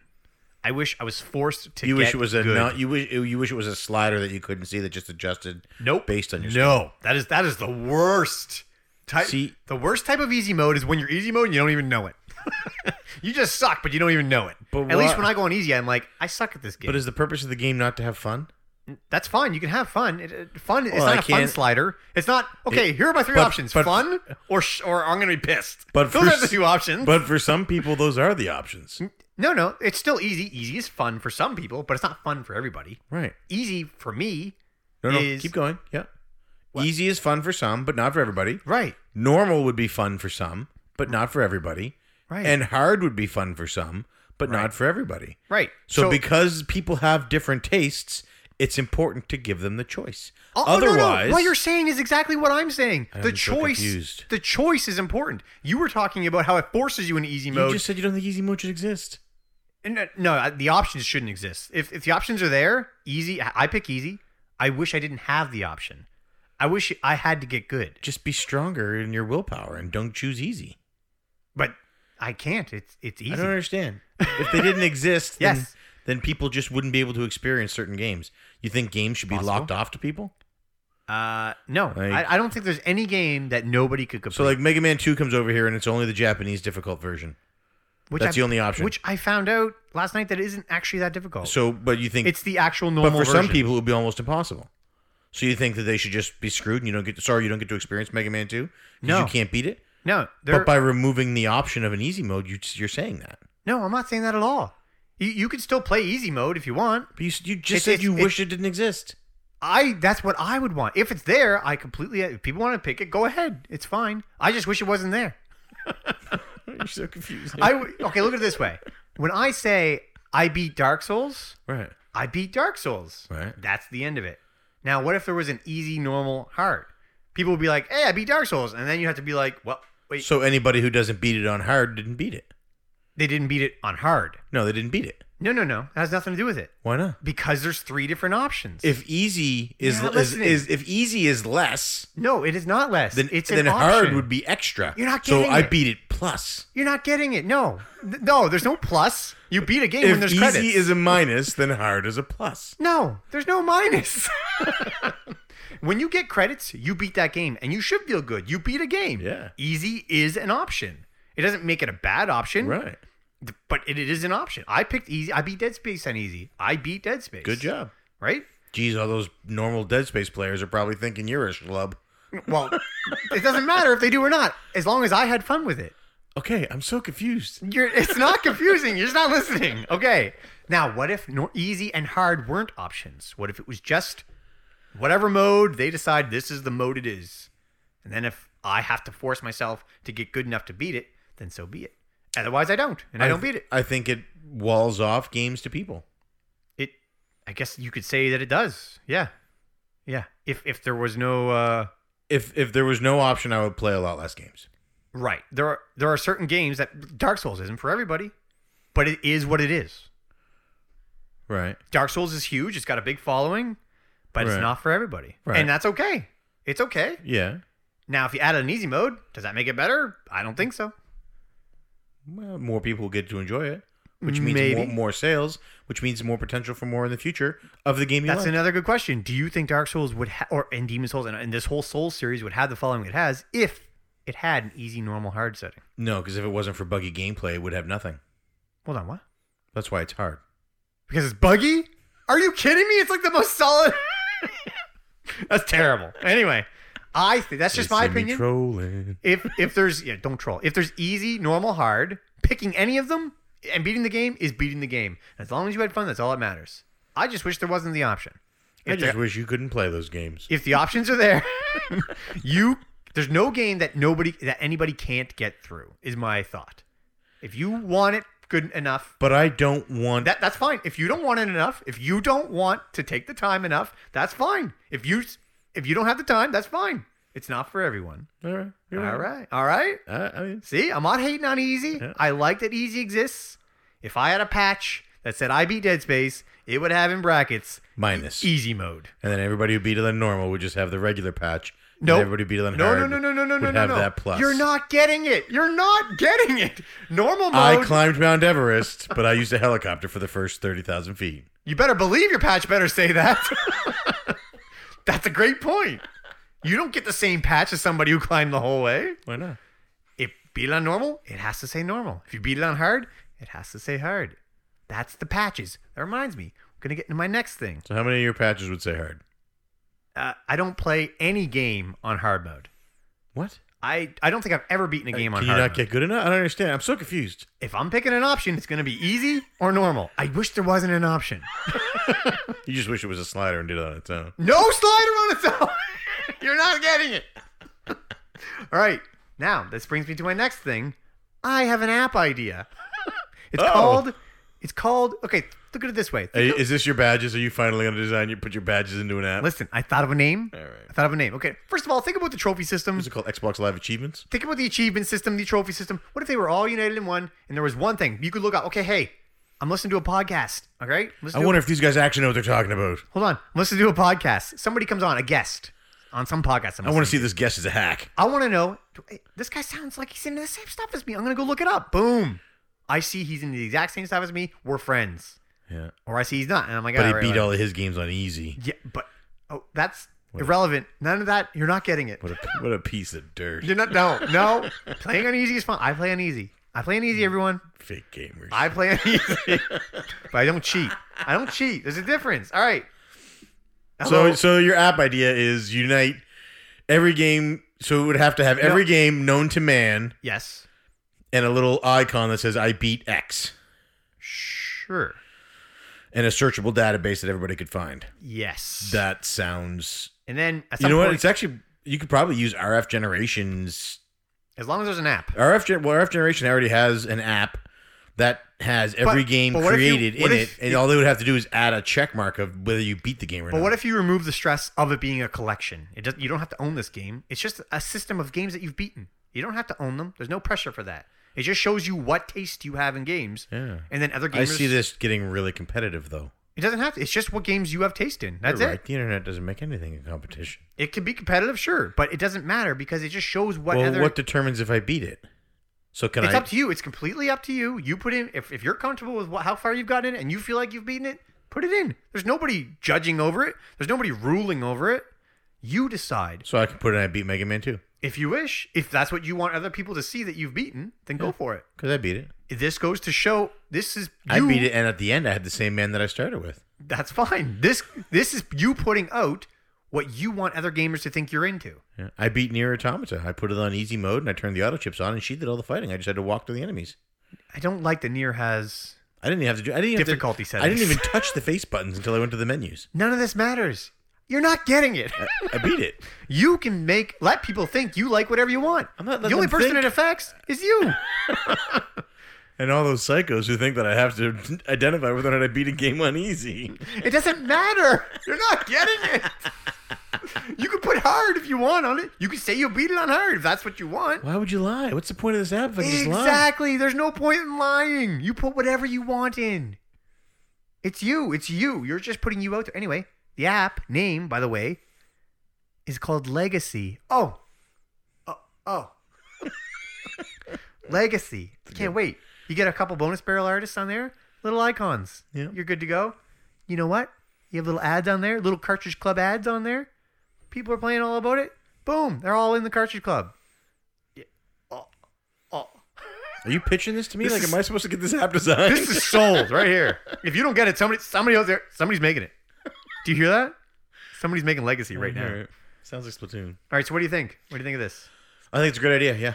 Speaker 3: i wish i was forced to
Speaker 2: You
Speaker 3: get
Speaker 2: wish it was a
Speaker 3: good.
Speaker 2: not, you wish you wish it was a slider that you couldn't see that just adjusted
Speaker 3: nope
Speaker 2: based on your
Speaker 3: no that is that is the worst type
Speaker 2: See-
Speaker 3: the worst type of easy mode is when you're easy mode and you don't even know it you just suck but you don't even know it
Speaker 2: But
Speaker 3: at least
Speaker 2: why-
Speaker 3: when i go on easy i'm like i suck at this game
Speaker 2: But is the purpose of the game not to have fun?
Speaker 3: That's fun. You can have fun. It, it- fun. It's
Speaker 2: Well, I
Speaker 3: not a fun
Speaker 2: can't-
Speaker 3: slider. It's not okay. here are my three
Speaker 2: but-
Speaker 3: options:
Speaker 2: but-
Speaker 3: fun or sh- or I'm gonna be pissed.
Speaker 2: But
Speaker 3: those
Speaker 2: for
Speaker 3: are the
Speaker 2: s-
Speaker 3: two options.
Speaker 2: But for some people, those are the options.
Speaker 3: Hmm. no, no, it's still easy. Easy is fun for some people, but it's not fun for everybody.
Speaker 2: Right.
Speaker 3: Easy for me
Speaker 2: No, no.
Speaker 3: is
Speaker 2: Keep going. Yeah. Easy is fun for some, but not for everybody.
Speaker 3: right,
Speaker 2: Normal would be fun for some, but not for everybody.
Speaker 3: right,
Speaker 2: And hard would be fun for some, but not for everybody.
Speaker 3: Right.
Speaker 2: So, because people have different tastes, it's important to give them the choice.
Speaker 3: Oh, no, no, no.
Speaker 2: Otherwise,
Speaker 3: what you're saying is exactly what I'm saying. the
Speaker 2: I'm so
Speaker 3: choice,
Speaker 2: confused.
Speaker 3: the choice is important. You were talking about how it forces you into easy
Speaker 2: you
Speaker 3: mode.
Speaker 2: just said you don't think easy mode should exist.
Speaker 3: No, no, I- the options shouldn't exist. If if the options are there, easy. I I pick easy. I wish I didn't have the option. I wish I had to get good,
Speaker 2: Just be stronger in your willpower and don't choose easy.
Speaker 3: but I can't. It's it's easy.
Speaker 2: I don't understand. if they didn't exist, then,
Speaker 3: Yes.
Speaker 2: then people just wouldn't be able to experience certain games. You think games should be
Speaker 3: Possible.
Speaker 2: locked off to people?
Speaker 3: Uh, no,
Speaker 2: Like-
Speaker 3: I, I don't think there's any game that nobody could complete.
Speaker 2: So like Mega Man 2 comes over here and it's only the Japanese difficult version.
Speaker 3: which
Speaker 2: that's the only option.
Speaker 3: Which I found out last night that it isn't actually that difficult.
Speaker 2: So but you think
Speaker 3: it's the actual normal.
Speaker 2: but for some
Speaker 3: version.
Speaker 2: people it would be almost impossible. So you think that they should just be screwed and you don't get to, sorry you don't get to experience Mega Man 2
Speaker 3: No.
Speaker 2: you can't beat it?
Speaker 3: no, they're
Speaker 2: But by removing the option of an easy mode, you, you're saying that.
Speaker 3: no. I'm not saying that at all. You you can still play easy mode if you want.
Speaker 2: But you, s- you
Speaker 3: It's-
Speaker 2: just said
Speaker 3: it's-
Speaker 2: you
Speaker 3: it's-
Speaker 2: wish it didn't exist.
Speaker 3: I that's what I would want. If it's there, I completely if people want to pick it, go ahead. It's fine. I just wish it wasn't there.
Speaker 2: You're so confused.
Speaker 3: I w- okay, look at it this way. When I say I beat Dark Souls,
Speaker 2: right.
Speaker 3: I beat Dark Souls.
Speaker 2: Right.
Speaker 3: That's the end of it. Now, what if there was an easy normal hard? People would be like, "Hey, I beat Dark Souls." And then you have to be like, "Well, wait,
Speaker 2: So anybody who doesn't beat it on hard didn't beat it.
Speaker 3: they didn't beat it on hard."
Speaker 2: No, they didn't beat it.
Speaker 3: No, no, no. That has nothing to do with it
Speaker 2: Why not?
Speaker 3: because there's three different options.
Speaker 2: If easy
Speaker 3: You're
Speaker 2: is
Speaker 3: not
Speaker 2: is,
Speaker 3: listening.
Speaker 2: is if easy is less,
Speaker 3: no, it is not less.
Speaker 2: then
Speaker 3: it's
Speaker 2: then
Speaker 3: an
Speaker 2: hard
Speaker 3: option.
Speaker 2: would be extra.
Speaker 3: You're not
Speaker 2: so
Speaker 3: getting
Speaker 2: I
Speaker 3: it.
Speaker 2: beat it plus.
Speaker 3: You're not getting it. No, Th- no. There's no plus. You beat a game when
Speaker 2: If
Speaker 3: there's
Speaker 2: easy
Speaker 3: credits.
Speaker 2: is a minus, then hard is a plus.
Speaker 3: no, there's no minus. when you get credits, you beat that game, and you should feel good. You beat a game.
Speaker 2: Yeah.
Speaker 3: Easy is an option. It doesn't make it a bad option,
Speaker 2: Right.
Speaker 3: th- but it, it is an option. I picked easy. I beat Dead Space on easy. I beat Dead Space.
Speaker 2: Good job.
Speaker 3: Right?
Speaker 2: Geez, all those normal Dead Space players are probably thinking you're a schlub.
Speaker 3: Well, it doesn't matter if they do or not, as long as I had fun with it.
Speaker 2: Okay, I'm so confused.
Speaker 3: You're, it's not confusing. You're just not listening. Okay. Now, what if nor- easy and hard weren't options? What if it was just whatever mode they decide this is the mode it is? And then if I have to force myself to get good enough to beat it, then so be it. Otherwise, I don't, and I, don't beat it.
Speaker 2: I think it walls off games to people.
Speaker 3: It, I guess you could say that it does. Yeah, yeah. If if there was no uh,
Speaker 2: If if there was no option, I would play a lot less games.
Speaker 3: right, there are there are certain games that Dark Souls isn't for everybody, but it is what it is.
Speaker 2: Right.
Speaker 3: Dark Souls is huge. It's got a big following, but
Speaker 2: Right.
Speaker 3: it's not for everybody.
Speaker 2: Right.
Speaker 3: And that's okay. It's okay.
Speaker 2: Yeah.
Speaker 3: Now, if you add an easy mode, does that make it better? I don't think so.
Speaker 2: Well, more people get to enjoy it, which means
Speaker 3: Maybe.
Speaker 2: more, more sales, which means more potential for more in the future of the game you
Speaker 3: That's
Speaker 2: like.
Speaker 3: another good question. Do you think Dark Souls would, ha- or and Demon Souls, and, and this whole Soul series would have the following it has if it had an easy, normal, hard setting?
Speaker 2: no, because if it wasn't for buggy gameplay, it would have nothing.
Speaker 3: Hold on, what?
Speaker 2: That's why it's hard.
Speaker 3: Because it's buggy? Are you kidding me? It's like the most solid. that's terrible. Anyway, I think that's just my opinion.
Speaker 2: Trolling.
Speaker 3: if if there's yeah, don't troll. If there's easy, normal, hard, picking any of them and beating the game is beating the game. As long as you had fun, that's all that matters. I just wish there wasn't the option.
Speaker 2: I
Speaker 3: If,
Speaker 2: just
Speaker 3: the,
Speaker 2: wish you couldn't play those games.
Speaker 3: if the options are there, you there's no game that nobody that anybody can't get through is my thought. If you want it good enough,
Speaker 2: But I don't want.
Speaker 3: that that's fine. If you don't want it enough, if you don't want to take the time enough, that's fine. If you if you don't have the time, that's fine. It's not for everyone.
Speaker 2: all right.
Speaker 3: All
Speaker 2: you're right.
Speaker 3: right. All right.
Speaker 2: I, I mean,
Speaker 3: See, I'm not hating on Easy.
Speaker 2: Yeah.
Speaker 3: I like that Easy exists. If I had a patch that said I beat Dead Space, it would have in brackets
Speaker 2: minus.
Speaker 3: easy mode.
Speaker 2: and then everybody who beat it on normal would just have the regular patch. and
Speaker 3: Nope.
Speaker 2: Everybody who beat it on
Speaker 3: No,
Speaker 2: hard
Speaker 3: no, no, no, no, no,
Speaker 2: would
Speaker 3: no, no,
Speaker 2: have
Speaker 3: no.
Speaker 2: that plus.
Speaker 3: You're not getting it. You're not getting it. Normal
Speaker 2: I
Speaker 3: mode.
Speaker 2: climbed Mount Everest, but I used a helicopter for the first 30,000 feet.
Speaker 3: you better believe your patch better say that. That's a great point. You don't get the same patch as somebody who climbed the whole way.
Speaker 2: Why not?
Speaker 3: If beat it on normal, it has to say normal. If you beat it on hard, it has to say hard. That's the patches. That reminds me. I'm gonna get into my next thing.
Speaker 2: So, how many of your patches would say hard?
Speaker 3: uh, I don't play any game on hard mode.
Speaker 2: What? Uh,
Speaker 3: I, I don't think I've ever beaten a game on
Speaker 2: Can you
Speaker 3: hard
Speaker 2: not
Speaker 3: mode.
Speaker 2: get good enough? I don't understand. I'm so confused.
Speaker 3: if I'm picking an option, it's going to be easy or normal. I wish there wasn't an option.
Speaker 2: You just wish it was a slider and did it on its own.
Speaker 3: No slider on its own. You're not getting it. All right. Now, this brings me to my next thing. I have an app idea. It's
Speaker 2: Oh.
Speaker 3: called It's called okay. Look at it this way.
Speaker 2: Hey, Is this your badges? Are you finally going to design you put your badges into an app?
Speaker 3: Listen, I thought of a name.
Speaker 2: right.
Speaker 3: I thought of a name. Okay, first of all, think about the trophy system.
Speaker 2: What's it called? Xbox Live Achievements?
Speaker 3: Think about the achievement system, the trophy system. What if they were all united in one, and there was one thing you could look up? Okay, hey, I'm listening to a podcast. All right,
Speaker 2: I
Speaker 3: Listen to a-
Speaker 2: wonder if these guys actually know what they're talking about.
Speaker 3: hold on. I'm listening to a podcast. Somebody comes on, a guest on some podcast. I'm
Speaker 2: I want to see if this guest is a hack.
Speaker 3: I want to know. This guy sounds like he's into the same stuff as me. I'm gonna go look it up. Boom. I see he's into the exact same stuff as me. We're friends.
Speaker 2: Yeah.
Speaker 3: Or I see he's not, and I'm like,
Speaker 2: But
Speaker 3: all
Speaker 2: he
Speaker 3: right,
Speaker 2: beat
Speaker 3: whatever.
Speaker 2: all of his games on easy.
Speaker 3: Yeah, but oh, that's irrelevant. None of that. You're not getting it.
Speaker 2: What a, what a piece of dirt.
Speaker 3: You're not. No, no. Playing on easy is fun. I play on easy. I play on easy. Everyone.
Speaker 2: Fake gamers.
Speaker 3: I play on easy, but I don't cheat. I don't cheat. There's a difference. All right.
Speaker 2: so
Speaker 3: Hello?
Speaker 2: so your app idea is unite every game. So it would have to have every game known to man
Speaker 3: yes,
Speaker 2: and a little icon that says I beat X
Speaker 3: sure.
Speaker 2: and a searchable database that everybody could find.
Speaker 3: Yes.
Speaker 2: That sounds.
Speaker 3: and then at
Speaker 2: You
Speaker 3: some
Speaker 2: know what?
Speaker 3: point,
Speaker 2: It's actually you could probably use RF Generations
Speaker 3: as long as there's an app.
Speaker 2: RF Gen- well, RF Generation already has an app that has every
Speaker 3: But-
Speaker 2: game
Speaker 3: but what if you-
Speaker 2: created
Speaker 3: what
Speaker 2: in
Speaker 3: if
Speaker 2: it, and
Speaker 3: you-
Speaker 2: all they would have to do is add a check mark of whether you beat the game or
Speaker 3: But
Speaker 2: not.
Speaker 3: what if you remove the stress of it being a collection? It does, you don't have to own this game. It's just a system of games that you've beaten. You don't have to own them. There's no pressure for that. It just shows you what taste you have in games.
Speaker 2: Yeah.
Speaker 3: And then other gamers.
Speaker 2: I see this getting really competitive, though.
Speaker 3: It doesn't have to. It's just what games you have taste in. That's
Speaker 2: You're
Speaker 3: it.
Speaker 2: right. The internet doesn't make anything a competition.
Speaker 3: It can be competitive, sure, but it doesn't matter because it just shows what
Speaker 2: well,
Speaker 3: other.
Speaker 2: what determines if I beat it? So can
Speaker 3: it's
Speaker 2: I?
Speaker 3: up to you. It's completely up to you. You put in if, if you're comfortable with what, how far you've gotten in and you feel like you've beaten it, put it in. There's nobody judging over it. There's nobody ruling over it. You decide
Speaker 2: so I can put in I beat Mega Man Two
Speaker 3: if you wish. If that's what you want other people to see that you've beaten, then go for it.
Speaker 2: because I beat it.
Speaker 3: This goes to show this is
Speaker 2: I
Speaker 3: you-
Speaker 2: beat it, and at the end, I had the same man that I started with.
Speaker 3: That's fine. This this is you putting out what you want other gamers to think you're into.
Speaker 2: Yeah. I beat Near Automata. I put it on easy mode, and I turned the auto chips on, and she did all the fighting. I just had to walk to the enemies.
Speaker 3: I don't like that Nier has
Speaker 2: I didn't have to do. I didn't even have to-
Speaker 3: Difficulty
Speaker 2: I didn't
Speaker 3: settings.
Speaker 2: even touch the face buttons until I went to the menus.
Speaker 3: None of this matters. You're not getting it.
Speaker 2: I beat it.
Speaker 3: You can make let people think you like whatever you want.
Speaker 2: I'm not letting
Speaker 3: the only
Speaker 2: them
Speaker 3: person
Speaker 2: think.
Speaker 3: it affects is you.
Speaker 2: And all those psychos who think that I have to identify whether or not I beat a game on easy.
Speaker 3: it doesn't matter. You're not getting it. you can put hard if you want on it. You can say you beat it on hard if that's what you want.
Speaker 2: Why would you lie? What's the point of this app if I can just lie?
Speaker 3: Exactly. There's no point in lying. You put whatever you want in. It's you. It's you. You're just putting you out there. Anyway, the app name, by the way, is called Legacy. Oh. Oh. oh. Legacy. Can't wait. You get a couple bonus barrel artists on there, little icons.
Speaker 2: Yeah.
Speaker 3: You're good to go. You know what? You have little ads on there, little Cartridge Club ads on there. People are playing all about it. Boom. They're all in the Cartridge Club. Yeah. Oh. Oh.
Speaker 2: Are you pitching this to me?
Speaker 3: This
Speaker 2: like,
Speaker 3: is-
Speaker 2: am I supposed to get this app designed?
Speaker 3: This is sold right here. If you don't get it, somebody somebody out there somebody's making it. Do you hear that? Somebody's making legacy right now. All
Speaker 2: Sounds like Splatoon.
Speaker 3: right, so what do you think? What do you think of this?
Speaker 2: I think it's a great idea. Yeah.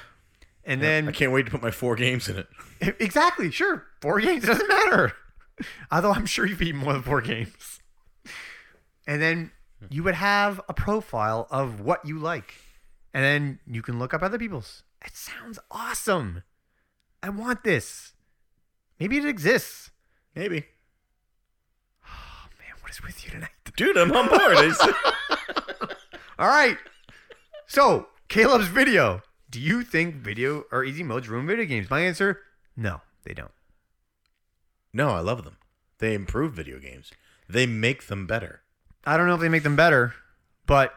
Speaker 3: And
Speaker 2: I
Speaker 3: then
Speaker 2: can't wait to put my four games in it.
Speaker 3: exactly, sure. Four games doesn't matter. Although I'm sure you've eaten more than four games. And then you would have a profile of what you like. And then you can look up other people's. It sounds awesome. I want this. Maybe it exists.
Speaker 2: Maybe.
Speaker 3: Oh man, what is with you tonight?
Speaker 2: Dude, I'm on board. I s-
Speaker 3: All right. So, Caleb's video. Do you think video or easy modes ruin video games? My answer, no, they don't.
Speaker 2: no, I love them. They improve video games. They make them better.
Speaker 3: I don't know if they make them better, but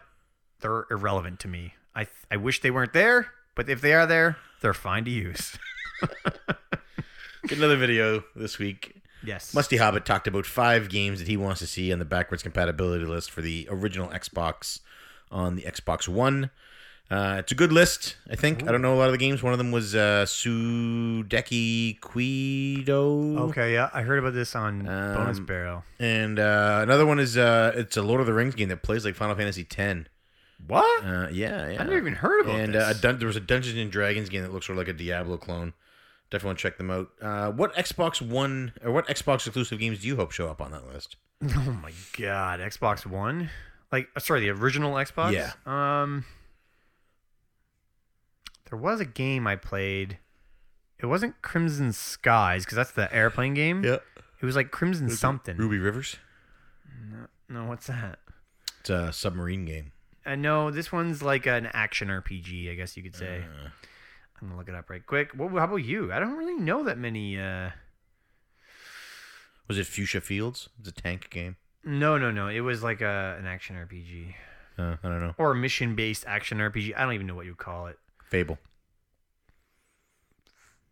Speaker 3: they're irrelevant to me. I I wish they weren't there, but if they are there, they're fine to use.
Speaker 2: Get another video this week.
Speaker 3: Yes.
Speaker 2: Musty Hobbit talked about five games that he wants to see on the backwards compatibility list for the original Xbox on the Xbox One. Uh, it's a good list, I think. I don't know a lot of the games. One of them was uh, Sudeki Quido.
Speaker 3: Okay, yeah, I heard about this on Bonus
Speaker 2: Um,
Speaker 3: Barrel.
Speaker 2: And uh, another one is uh, it's a Lord of the Rings game that plays like Final Fantasy X.
Speaker 3: What?
Speaker 2: Uh, yeah, yeah.
Speaker 3: I never even heard about
Speaker 2: and
Speaker 3: this.
Speaker 2: uh, a dun- there was a Dungeons and Dragons game that looks sort of like a Diablo clone. Definitely want to check them out. Uh, what Xbox One or what Xbox exclusive games do you hope show up on that list?
Speaker 3: Oh my god, Xbox One? Like uh, sorry, the original Xbox?
Speaker 2: Yeah.
Speaker 3: Um There was a game I played. It wasn't Crimson Skies because that's the airplane game.
Speaker 2: Yep.
Speaker 3: It was like Crimson something.
Speaker 2: Ruby Rivers.
Speaker 3: No, what's that?
Speaker 2: It's a submarine game.
Speaker 3: I know this one's like an action RPG, I guess you could say. I'm gonna look it up right quick. What, how about you? I don't really know that many. Uh...
Speaker 2: Was it Fuchsia Fields? It's a tank game.
Speaker 3: No, no, no. It was like a, an action RPG
Speaker 2: Uh, I don't know.
Speaker 3: or a mission-based action RPG. I don't even know what you would call it.
Speaker 2: Fable.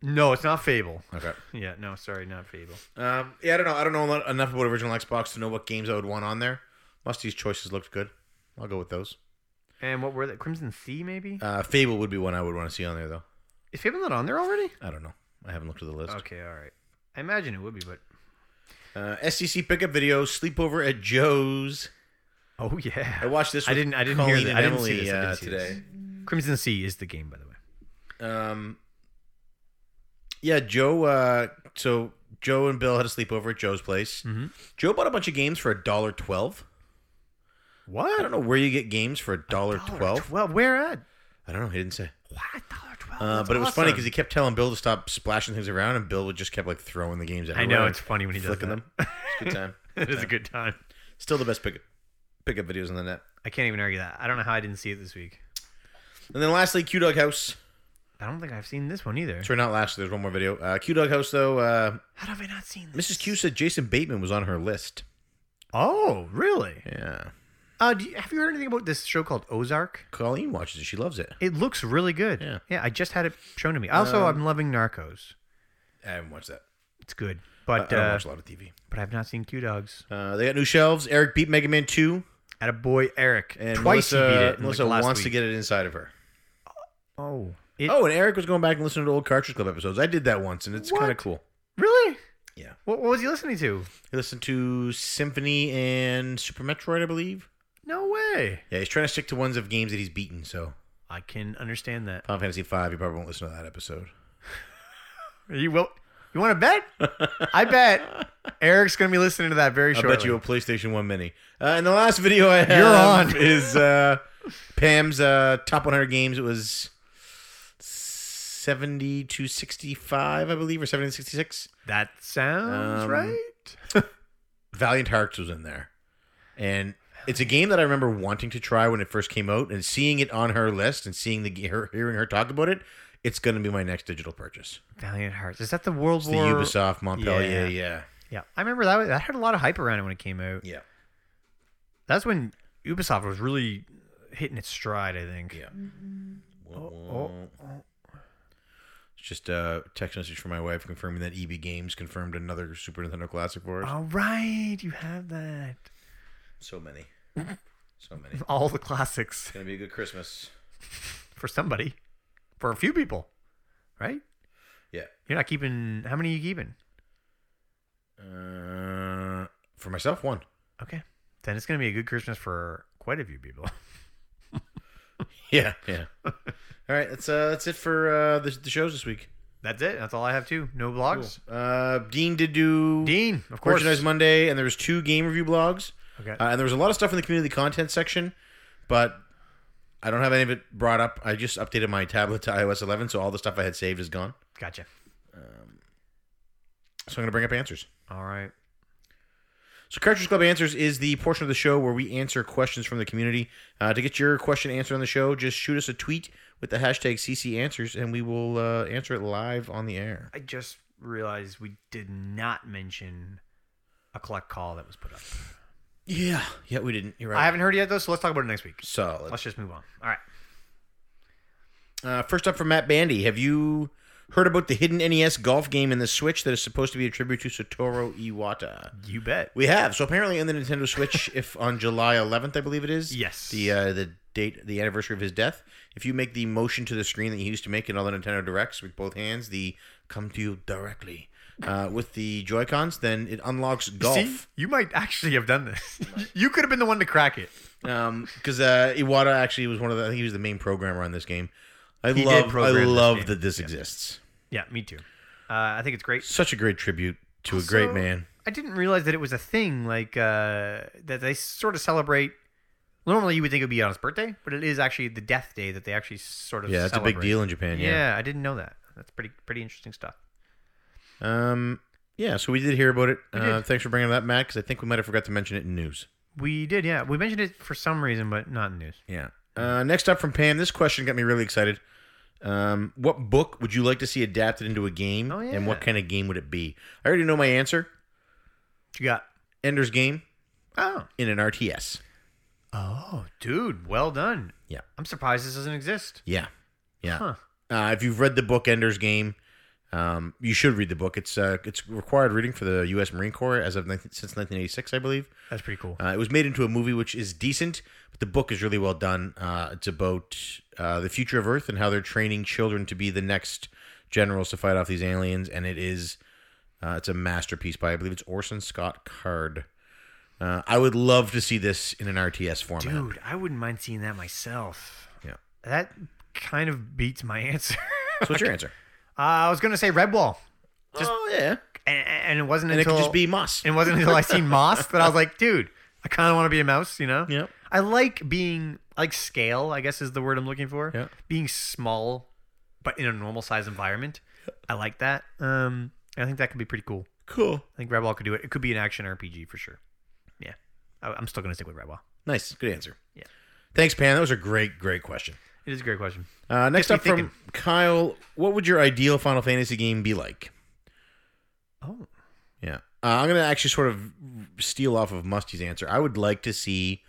Speaker 3: No, it's not Fable.
Speaker 2: Okay.
Speaker 3: Yeah, no, sorry, not Fable.
Speaker 2: Um, yeah, I don't know. I don't know lo- enough about original Xbox to know what games I would want on there. Musty's choices looked good. I'll go with those.
Speaker 3: And what were they? Crimson Sea, maybe?
Speaker 2: Uh, Fable would be one I would want to see on there, though.
Speaker 3: Is Fable not on there already?
Speaker 2: I don't know. I haven't looked at the list.
Speaker 3: Okay, all right. I imagine it would be, but
Speaker 2: Uh, SCC pickup video, sleepover at Joe's.
Speaker 3: oh yeah,
Speaker 2: I watched this.
Speaker 3: I
Speaker 2: with
Speaker 3: didn't. I didn't
Speaker 2: Colleen
Speaker 3: hear that.
Speaker 2: and
Speaker 3: I didn't see
Speaker 2: Emily,
Speaker 3: this. I
Speaker 2: uh,
Speaker 3: didn't see this.
Speaker 2: today.
Speaker 3: Crimson Sea is the game, by the way.
Speaker 2: Um, yeah, Joe. Uh, so Joe and Bill had a sleepover at Joe's place.
Speaker 3: Mhm.
Speaker 2: Joe bought a bunch of games for a dollar twelve.
Speaker 3: What?
Speaker 2: I don't know where you get games for a dollar twelve.
Speaker 3: Well, where at?
Speaker 2: I don't know. He didn't say.
Speaker 3: What? Dollar
Speaker 2: Uh,
Speaker 3: twelve. Oh, That's
Speaker 2: but it was funny
Speaker 3: awesome.
Speaker 2: because he kept telling Bill to stop splashing things around, and Bill would just kept like throwing the games.
Speaker 3: I
Speaker 2: Everywhere
Speaker 3: know
Speaker 2: and
Speaker 3: it's funny when he does
Speaker 2: flicking
Speaker 3: that.
Speaker 2: them. It's a good time.
Speaker 3: it is a good time.
Speaker 2: Still the best pick pickup videos on the net.
Speaker 3: I can't even argue that. I don't know how I didn't see it this week.
Speaker 2: And then lastly, Q Dog House.
Speaker 3: I don't think I've seen this one either.
Speaker 2: Sorry, not lastly. There's one more video. Uh, Q Dog House though. Uh,
Speaker 3: How have I not seen this?
Speaker 2: Mrs. Q said Jason Bateman was on her list.
Speaker 3: Oh, really?
Speaker 2: Yeah.
Speaker 3: Uh, do you, have you heard anything about this show called Ozark?
Speaker 2: Colleen watches it. She loves it.
Speaker 3: It looks really good.
Speaker 2: Yeah. Um,
Speaker 3: Yeah, I just had it shown to me. Also, I'm loving Narcos.
Speaker 2: I haven't watched that.
Speaker 3: It's good.
Speaker 2: I, I
Speaker 3: But
Speaker 2: don't
Speaker 3: uh,
Speaker 2: watch a lot of TV.
Speaker 3: but I've not seen Q Dogs.
Speaker 2: Uh, they got new shelves. Eric beat Mega Man 2.
Speaker 3: At a boy Eric.
Speaker 2: And
Speaker 3: Twice
Speaker 2: Melissa,
Speaker 3: he beat it. in, like,
Speaker 2: Melissa
Speaker 3: the last
Speaker 2: wants to
Speaker 3: week.
Speaker 2: get it inside of her.
Speaker 3: Oh. It,
Speaker 2: Oh, and Eric was going back and listening to old Cartridge Club episodes. I did that once, and it's
Speaker 3: What?
Speaker 2: kind of cool.
Speaker 3: Really?
Speaker 2: Yeah.
Speaker 3: What, what was he listening to?
Speaker 2: He listened to Symphony and Super Metroid, I believe.
Speaker 3: No way.
Speaker 2: Yeah, he's trying to stick to ones of games that he's beaten. So
Speaker 3: I can understand that.
Speaker 2: Final Fantasy V, you probably won't listen to that episode.
Speaker 3: You will. You want to bet? I bet Eric's going to be listening to that very
Speaker 2: I
Speaker 3: shortly.
Speaker 2: bet you a PlayStation 1 Mini. Uh, and the last video I have
Speaker 3: on.
Speaker 2: is uh, Pam's uh, top 100 games. It was 70 to 65, I believe, or 70 to 66.
Speaker 3: That sounds
Speaker 2: Um,
Speaker 3: right.
Speaker 2: Valiant Hearts was in there. And it's a game that I remember wanting to try when it first came out and seeing it on her list and seeing the her, hearing her talk about it. It's going to be my next digital purchase.
Speaker 3: Valiant Hearts. Is that the World
Speaker 2: It's the
Speaker 3: War?
Speaker 2: Ubisoft Montpellier.
Speaker 3: Yeah.
Speaker 2: Yeah. yeah.
Speaker 3: Yeah, I remember that. That had a lot of hype around it when it came out.
Speaker 2: Yeah.
Speaker 3: That's when Ubisoft was really hitting its stride. I think.
Speaker 2: Yeah. Mm-hmm. Oh, It's just a text message from my wife confirming that EB Games confirmed another Super Nintendo Classic for us.
Speaker 3: All right, you have that.
Speaker 2: Oh. So many. So many. It's
Speaker 3: All the classics
Speaker 2: going to be a good Christmas.
Speaker 3: for somebody, for a few people, right?
Speaker 2: Yeah.
Speaker 3: You're not keeping. How many are you keeping?
Speaker 2: Uh, for myself, one.
Speaker 3: Okay, then it's gonna be a good Christmas for quite a few people.
Speaker 2: Yeah. Yeah. All right. That's uh, that's it for uh, the, the shows this week.
Speaker 3: That's it. That's all I have too. No blogs.
Speaker 2: Uh, Dean did do
Speaker 3: Dean, of course.
Speaker 2: Merchandise Monday, and there was two game review blogs.
Speaker 3: Okay.
Speaker 2: Uh, and there was a lot of stuff in the community content section, but I don't have any of it brought up. I just updated my tablet to iOS 11, so all the stuff I had saved is gone.
Speaker 3: gotcha.
Speaker 2: So I'm going to bring up answers.
Speaker 3: All right.
Speaker 2: So Cartridge Club Answers is the portion of the show where we answer questions from the community. Uh, to get your question answered on the show, just shoot us a tweet with the hashtag CC Answers, and we will uh, answer it live on the air.
Speaker 3: I just realized we did not mention a collect call that was put up.
Speaker 2: Yeah. Yeah, we didn't. You're
Speaker 3: I
Speaker 2: right.
Speaker 3: haven't heard it yet though, so let's talk about it next week.
Speaker 2: Solid.
Speaker 3: Let's just move on. All right.
Speaker 2: Uh, first up from Matt Bandy. Have you heard about the hidden NES golf game in the Switch that is supposed to be a tribute to Satoru Iwata?
Speaker 3: You bet.
Speaker 2: We have. So apparently in the Nintendo Switch, if on July 11th, I believe it is.
Speaker 3: Yes.
Speaker 2: The uh, the date, the anniversary of his death. If you make the motion to the screen that you used to make in all the Nintendo Directs with both hands, the come to you directly uh, with the Joy Cons, then it unlocks
Speaker 3: See,
Speaker 2: golf.
Speaker 3: you might actually have done this. you could have been the one to crack it.
Speaker 2: Because uh, Iwata actually was one of the. I think he was the main programmer on this game. I
Speaker 3: He did
Speaker 2: love. I
Speaker 3: program this
Speaker 2: love
Speaker 3: game.
Speaker 2: that this exists.
Speaker 3: Yeah, me too. Uh, I think it's great.
Speaker 2: Such a great tribute to a great
Speaker 3: Also-
Speaker 2: man.
Speaker 3: I didn't realize that it was a thing like uh, that they sort of celebrate. Normally, you would think it would be on his birthday, but it is actually the death day that they actually sort of
Speaker 2: Yeah, that's a big
Speaker 3: celebrate.
Speaker 2: deal in Japan. Yeah.
Speaker 3: Yeah, I didn't know that. That's pretty pretty interesting stuff.
Speaker 2: Um. Yeah, so we did hear about it. Uh, thanks for bringing that, Matt, because I think we might have forgot to mention it in news.
Speaker 3: We did, yeah. We mentioned it for some reason, but not in news.
Speaker 2: Yeah. Uh, next up from Pam, this question got me really excited. Um, what book would you like to see adapted into a game,
Speaker 3: Oh,
Speaker 2: and what
Speaker 3: yeah.
Speaker 2: kind of game would it be? I already know my answer.
Speaker 3: What you got?
Speaker 2: Ender's Game
Speaker 3: Oh.
Speaker 2: in an RTS.
Speaker 3: Oh, dude, well done.
Speaker 2: Yeah.
Speaker 3: I'm surprised this doesn't exist.
Speaker 2: Yeah, yeah.
Speaker 3: Huh.
Speaker 2: Uh, if you've read the book Ender's Game, um, you should read the book. It's uh, it's required reading for the U.S. Marine Corps as of 19, since 1986, I believe.
Speaker 3: That's pretty cool.
Speaker 2: Uh, it was made into a movie, which is decent, but the book is really well done. Uh, it's about uh, the future of Earth and how they're training children to be the next generals to fight off these aliens, and it is uh, it's a masterpiece by I believe it's Orson Scott Card. Uh, I would love to see this in an RTS format.
Speaker 3: Dude, I wouldn't mind seeing that myself.
Speaker 2: Yeah.
Speaker 3: That kind of beats my answer.
Speaker 2: So what's your answer?
Speaker 3: uh, I was going to say Redwall.
Speaker 2: oh yeah,
Speaker 3: And, and it wasn't
Speaker 2: and it
Speaker 3: until
Speaker 2: could just be Moss.
Speaker 3: it wasn't until I seen Moss that I was like, dude, I kind of want to be a mouse, you know?
Speaker 2: Yeah.
Speaker 3: I like being I like scale, I guess is the word I'm looking for.
Speaker 2: Yeah.
Speaker 3: Being small but in a normal size environment. I like that. Um I think that could be pretty cool.
Speaker 2: Cool.
Speaker 3: I think Redwall could do it. It could be an action RPG for sure. Yeah. I, I'm still going to stick with Redwall.
Speaker 2: Nice. Good answer.
Speaker 3: Yeah.
Speaker 2: Thanks, Pan. That was a great, great question.
Speaker 3: It is a great question.
Speaker 2: Uh, next
Speaker 3: me
Speaker 2: up from Kyle, what would your ideal Final Fantasy game be like?
Speaker 3: Oh.
Speaker 2: Yeah. Uh, I'm going to actually sort of steal off of Musty's answer. I would like to see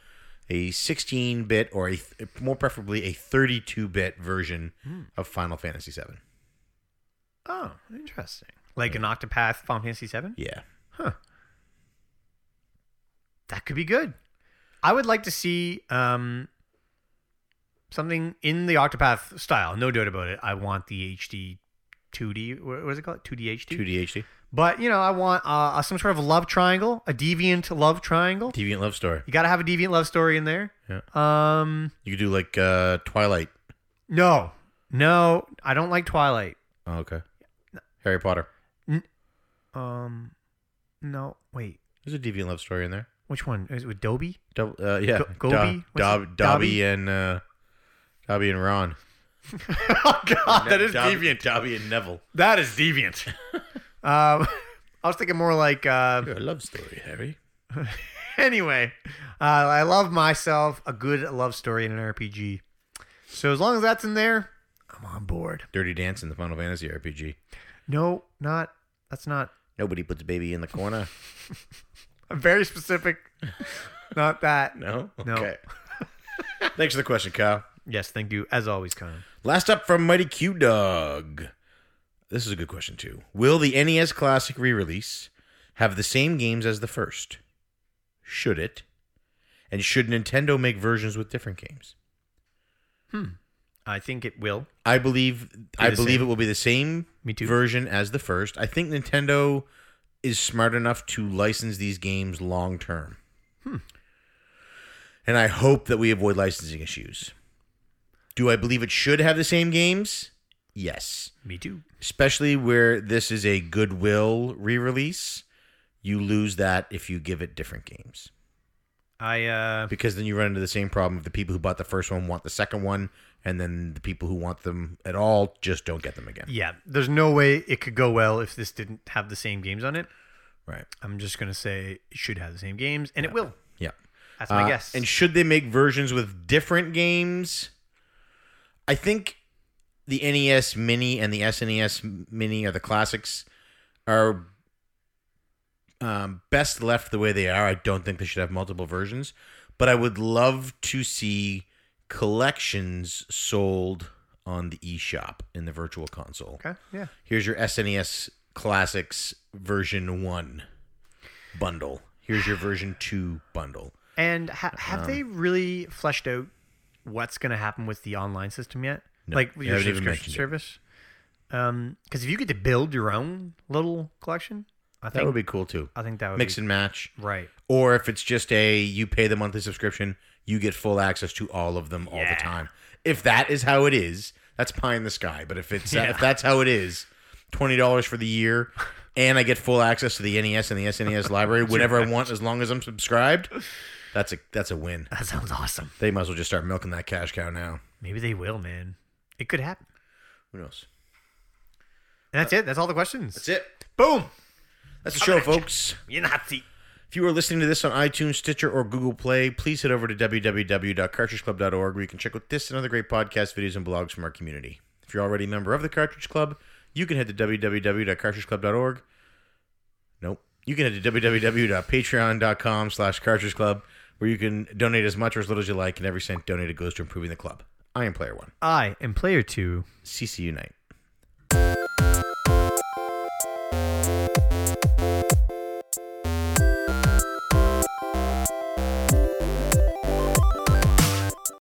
Speaker 2: a 16 bit or a th- more preferably a 32 bit version of Final Fantasy VII.
Speaker 3: Oh, interesting. Like an Octopath Final Fantasy 7?
Speaker 2: Yeah.
Speaker 3: That could be good. I would like to see um, something in the Octopath style. No doubt about it. I want the HD 2D. What was it called? 2D HD.
Speaker 2: 2D HD.
Speaker 3: But you know, I want uh, some sort of love triangle, a deviant love triangle.
Speaker 2: Deviant Love Story.
Speaker 3: You got to have a deviant love story in there.
Speaker 2: Yeah.
Speaker 3: Um,
Speaker 2: You could do like uh, Twilight.
Speaker 3: no, no, I don't like Twilight.
Speaker 2: Oh, okay. Harry Potter.
Speaker 3: Um, no, wait,
Speaker 2: There's a Deviant Love Story in there.
Speaker 3: which one is it with Dobby?
Speaker 2: Double, uh, yeah.
Speaker 3: Go- Gobi? What's
Speaker 2: Dob- Dobby,
Speaker 3: it? Dobby?
Speaker 2: and uh, Dobby and Ron.
Speaker 3: oh God, that is
Speaker 2: Dobby,
Speaker 3: deviant.
Speaker 2: Dobby and Neville.
Speaker 3: That is deviant. um, I was thinking more like. Uh,
Speaker 2: Your love story, Harry.
Speaker 3: anyway, uh, I love myself a good love story in an RPG. So as long as that's in there, I'm on board.
Speaker 2: Dirty Dance in the Final Fantasy RPG.
Speaker 3: No, not that's not
Speaker 2: Nobody puts baby in the corner.
Speaker 3: I'm very specific. not that.
Speaker 2: No?
Speaker 3: No.
Speaker 2: Thanks for the question, Kyle.
Speaker 3: Yes, thank you as always, Conan.
Speaker 2: Last up from Mighty Q Dog. This is a good question, too. Will the NES Classic re release have the same games as the first? Should it? And should Nintendo make versions with different games?
Speaker 3: I think it will.
Speaker 2: I believe I
Speaker 3: the
Speaker 2: believe
Speaker 3: same.
Speaker 2: it will be the same
Speaker 3: Me too.
Speaker 2: version as the first. I think Nintendo is smart enough to license these games long term.
Speaker 3: Hmm.
Speaker 2: And I hope that we avoid licensing issues. Do I believe it should have the same games? Yes.
Speaker 3: Me too.
Speaker 2: Especially where this is a goodwill re release. You lose that if you give it different games.
Speaker 3: I uh
Speaker 2: Because then you run into the same problem of the people who bought the first one want the second one, and then the people who want them at all just don't get them again.
Speaker 3: yeah, there's no way it could go well if this didn't have the same games on it.
Speaker 2: Right.
Speaker 3: I'm just gonna say it should have the same games, and it will.
Speaker 2: Yeah.
Speaker 3: That's my
Speaker 2: Uh,
Speaker 3: guess.
Speaker 2: And should they make versions with different games? I think the NES Mini and the SNES Mini are the classics. Are um, best left the way they are. I don't think they should have multiple versions, but I would love to see collections sold on the eShop in the Virtual Console.
Speaker 3: okay, yeah.
Speaker 2: Here's your SNES Classics version one bundle. Here's your version two bundle.
Speaker 3: And ha-
Speaker 2: Um,
Speaker 3: have they really fleshed out what's going to happen with the online system yet?
Speaker 2: No,
Speaker 3: like
Speaker 2: they
Speaker 3: your
Speaker 2: haven't even
Speaker 3: subscription
Speaker 2: mentioned it.
Speaker 3: service? Because if you get to build your own little collection, I
Speaker 2: That
Speaker 3: think
Speaker 2: would be cool too.
Speaker 3: I think that would
Speaker 2: Mix
Speaker 3: be
Speaker 2: and match.
Speaker 3: right.
Speaker 2: Or if it's just a you pay the monthly subscription, you get full access to all of them all
Speaker 3: Yeah.
Speaker 2: the time. If that is how it is, that's pie in the sky. But if it's uh,
Speaker 3: Yeah.
Speaker 2: if that's how it is, twenty dollars for the year, and I get full access to the NES and the SNES library, whatever I want as long as I'm subscribed, that's a that's a win.
Speaker 3: That sounds awesome.
Speaker 2: They might as well just start milking that cash cow now.
Speaker 3: Maybe they will, man. It could happen.
Speaker 2: Who knows? Uh,
Speaker 3: And that's it. That's all the questions.
Speaker 2: That's it.
Speaker 3: Boom.
Speaker 2: That's the show, folks.
Speaker 3: You Nazi.
Speaker 2: If you are listening to this on iTunes, Stitcher, or Google Play, please head over to www.cartridgeclub.org where you can check out this and other great podcast videos and blogs from our community. If you're already a member of the Cartridge Club, you can head to www.cartridgeclub.org. Nope. You can head to www.patreon.com slash cartridge club where you can donate as much or as little as you like, and every cent donated goes to improving the club. I am Player One.
Speaker 3: I am player two.
Speaker 2: CC Unite.